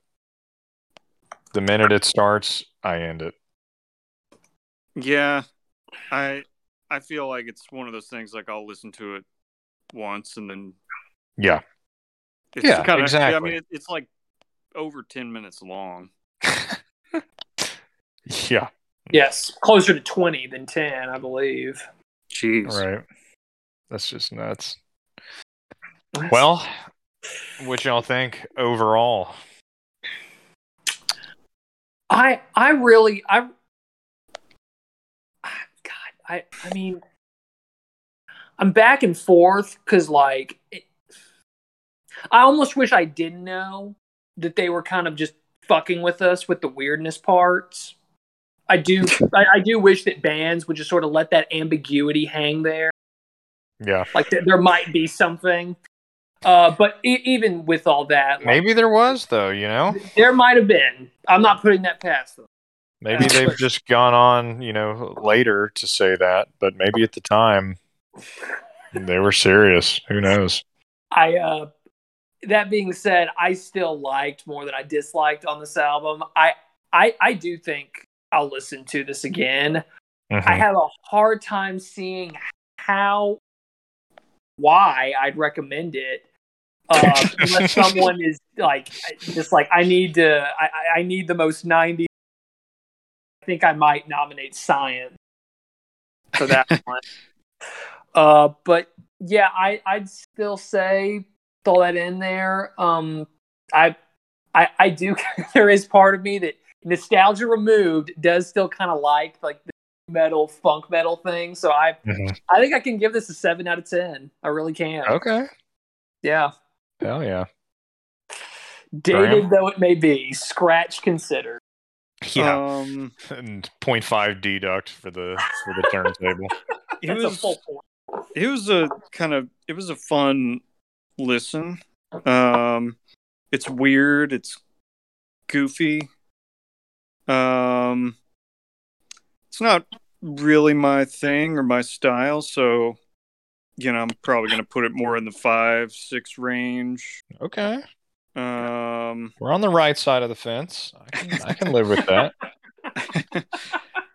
Speaker 3: The minute it starts, I end it.
Speaker 2: Yeah, I I feel like it's one of those things like I'll listen to it once and then
Speaker 3: Yeah.
Speaker 2: it's
Speaker 3: Yeah,
Speaker 2: kinda- I
Speaker 3: exactly.
Speaker 2: mean, it, it's like over ten minutes long.
Speaker 3: yeah.
Speaker 1: Yes. Closer to twenty than ten, I believe.
Speaker 2: Jeez.
Speaker 3: Right. That's just nuts. Well, what y'all think overall?
Speaker 1: I I really I God I I mean I'm back and forth because like it, I almost wish I didn't know that they were kind of just fucking with us with the weirdness parts. I do I, I do wish that bands would just sort of let that ambiguity hang there
Speaker 3: Yeah.
Speaker 1: like there, there might be something. Uh, but e- even with all that, like,
Speaker 3: Maybe there was though, you know?
Speaker 1: there might have been. I'm not putting that past them.
Speaker 3: Maybe
Speaker 1: Yeah.
Speaker 3: they've just gone on, you know, later to say that, but maybe at the time they were serious. Who knows?
Speaker 1: I uh that being said, I still liked more than I disliked on this album. I I I do think I'll listen to this again. I
Speaker 3: Mhm.
Speaker 1: have a hard time seeing how why I'd recommend it. Uh, unless someone is like just like I need to I, I- I need the most 90 I think I might nominate science for that one. Uh, but yeah, I, I'd still say throw that in there. Um, I, I, I do. there is part of me that nostalgia removed does still kind of like like the metal funk metal thing. So I,
Speaker 3: Mhm.
Speaker 1: I think I can give this a seven out of ten. I really can.
Speaker 3: Okay.
Speaker 1: Yeah,
Speaker 3: Hell yeah.
Speaker 1: dated though it may be, scratch considered.
Speaker 3: Yeah.
Speaker 1: Uh,
Speaker 2: Um,
Speaker 3: and 0.5 deduct for the for the turntable.
Speaker 2: it
Speaker 1: That's a
Speaker 2: was
Speaker 1: full point.
Speaker 2: it was a kind of it was a fun listen. Um, it's weird. It's goofy. Um, it's not really my thing or my style, so you know I'm probably gonna put it more in the five six range.
Speaker 3: Okay.
Speaker 2: Um,
Speaker 3: We're on the right side of the fence. I can, I can live with that.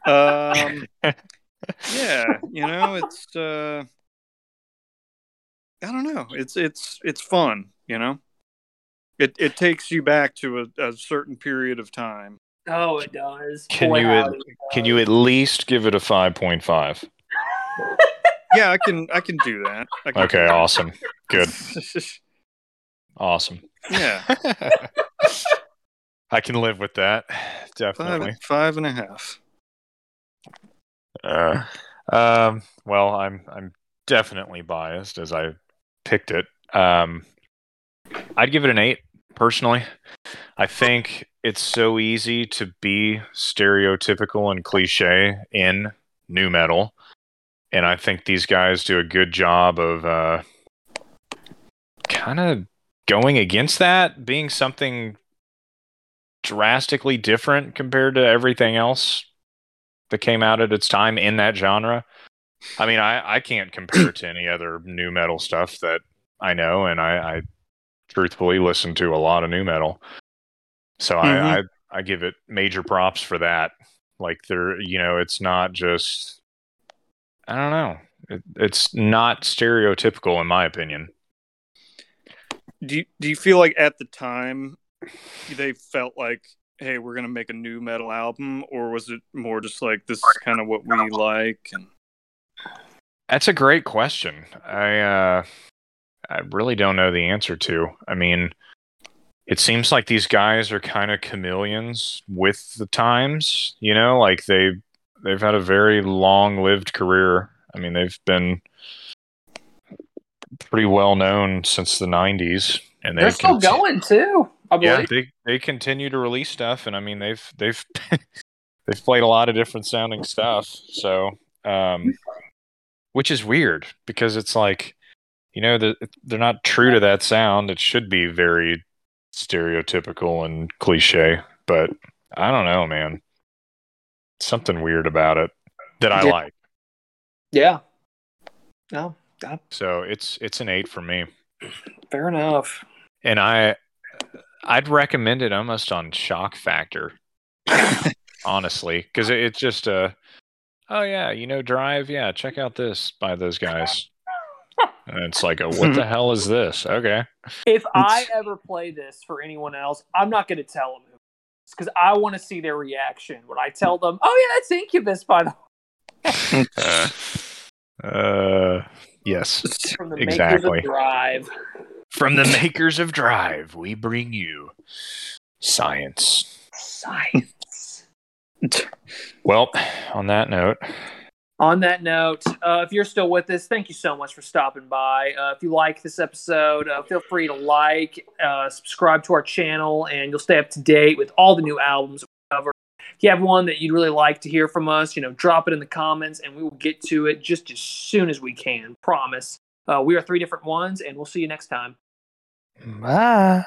Speaker 2: um, yeah, you know it's uh, I don't know. It's it's it's fun. You know, it it takes you back to a, a certain period of time.
Speaker 1: Oh, it does.
Speaker 3: Can
Speaker 1: Boy,
Speaker 3: you-
Speaker 1: howdy, it
Speaker 3: Can
Speaker 1: does.
Speaker 3: you at least give it a 5.5?
Speaker 2: Yeah, I can I can do that. I can
Speaker 3: Okay, awesome. Good. Awesome.
Speaker 2: yeah,
Speaker 3: I can live with that. Definitely.
Speaker 2: five five and a half.
Speaker 3: Uh, um, well, I'm I'm definitely biased as I picked it. Um, I'd give it an eight personally. I think it's so easy to be stereotypical and cliche in new metal, and I think these guys do a good job of uh, kind of going against that, being something drastically different compared to everything else that came out at its time in that genre. I mean, I, I can't compare it to any other new metal stuff that I know, and I, I truthfully listen to a lot of new metal. So I, I I give it major props for that. Like there, you know, it's not just I don't know. It, it's not stereotypical, in my opinion.
Speaker 2: Do you, do you feel like at the time they felt like, hey, we're gonna make a new metal album, or was it more just like this is kind of what we like? And
Speaker 3: That's a great question. I uh, I really don't know the answer to. I mean, it seems like these guys are kind of chameleons with the times. You know, like they they've had a very long-lived career. I mean, they've been pretty well known since the '90s, and
Speaker 1: They're
Speaker 3: they've
Speaker 1: still
Speaker 3: conti-
Speaker 1: going too. I believe.
Speaker 3: yeah, they they continue to release stuff, and I mean they've they've they've played a lot of different sounding stuff. So, um, which is weird because it's like, you know, the, they're not true to that sound. It should be very stereotypical and cliche, but I don't know, man. Something weird about it that I
Speaker 1: Yeah.
Speaker 3: like.
Speaker 1: Yeah. No,
Speaker 3: So it's it's an eight for me.
Speaker 1: fair enough.
Speaker 3: and I I'd recommend it almost on shock factor, honestly, because it, it's just a oh yeah, you know Drive, yeah, check out this by those guys, and it's like a, what the hell is this? Okay,
Speaker 1: If I
Speaker 3: It's-
Speaker 1: ever play this for anyone else, I'm not going to tell them because I want to see their reaction when I tell them, "Oh yeah, that's Incubus by the
Speaker 3: uh, uh, yes,
Speaker 1: from the makers
Speaker 3: Exactly.
Speaker 1: of Drive."
Speaker 3: from the makers of Drive, we bring you science.
Speaker 1: Science.
Speaker 3: Well, on that note,
Speaker 1: On that note, uh, if you're still with us, thank you so much for stopping by. Uh, if you like this episode, uh, feel free to like, uh, subscribe to our channel, and you'll stay up to date with all the new albums we cover. If you have one that you'd really like to hear from us, you know, drop it in the comments, and we will get to it just as soon as we can. Promise. Uh, we are three different ones, and we'll see you next time.
Speaker 3: bye.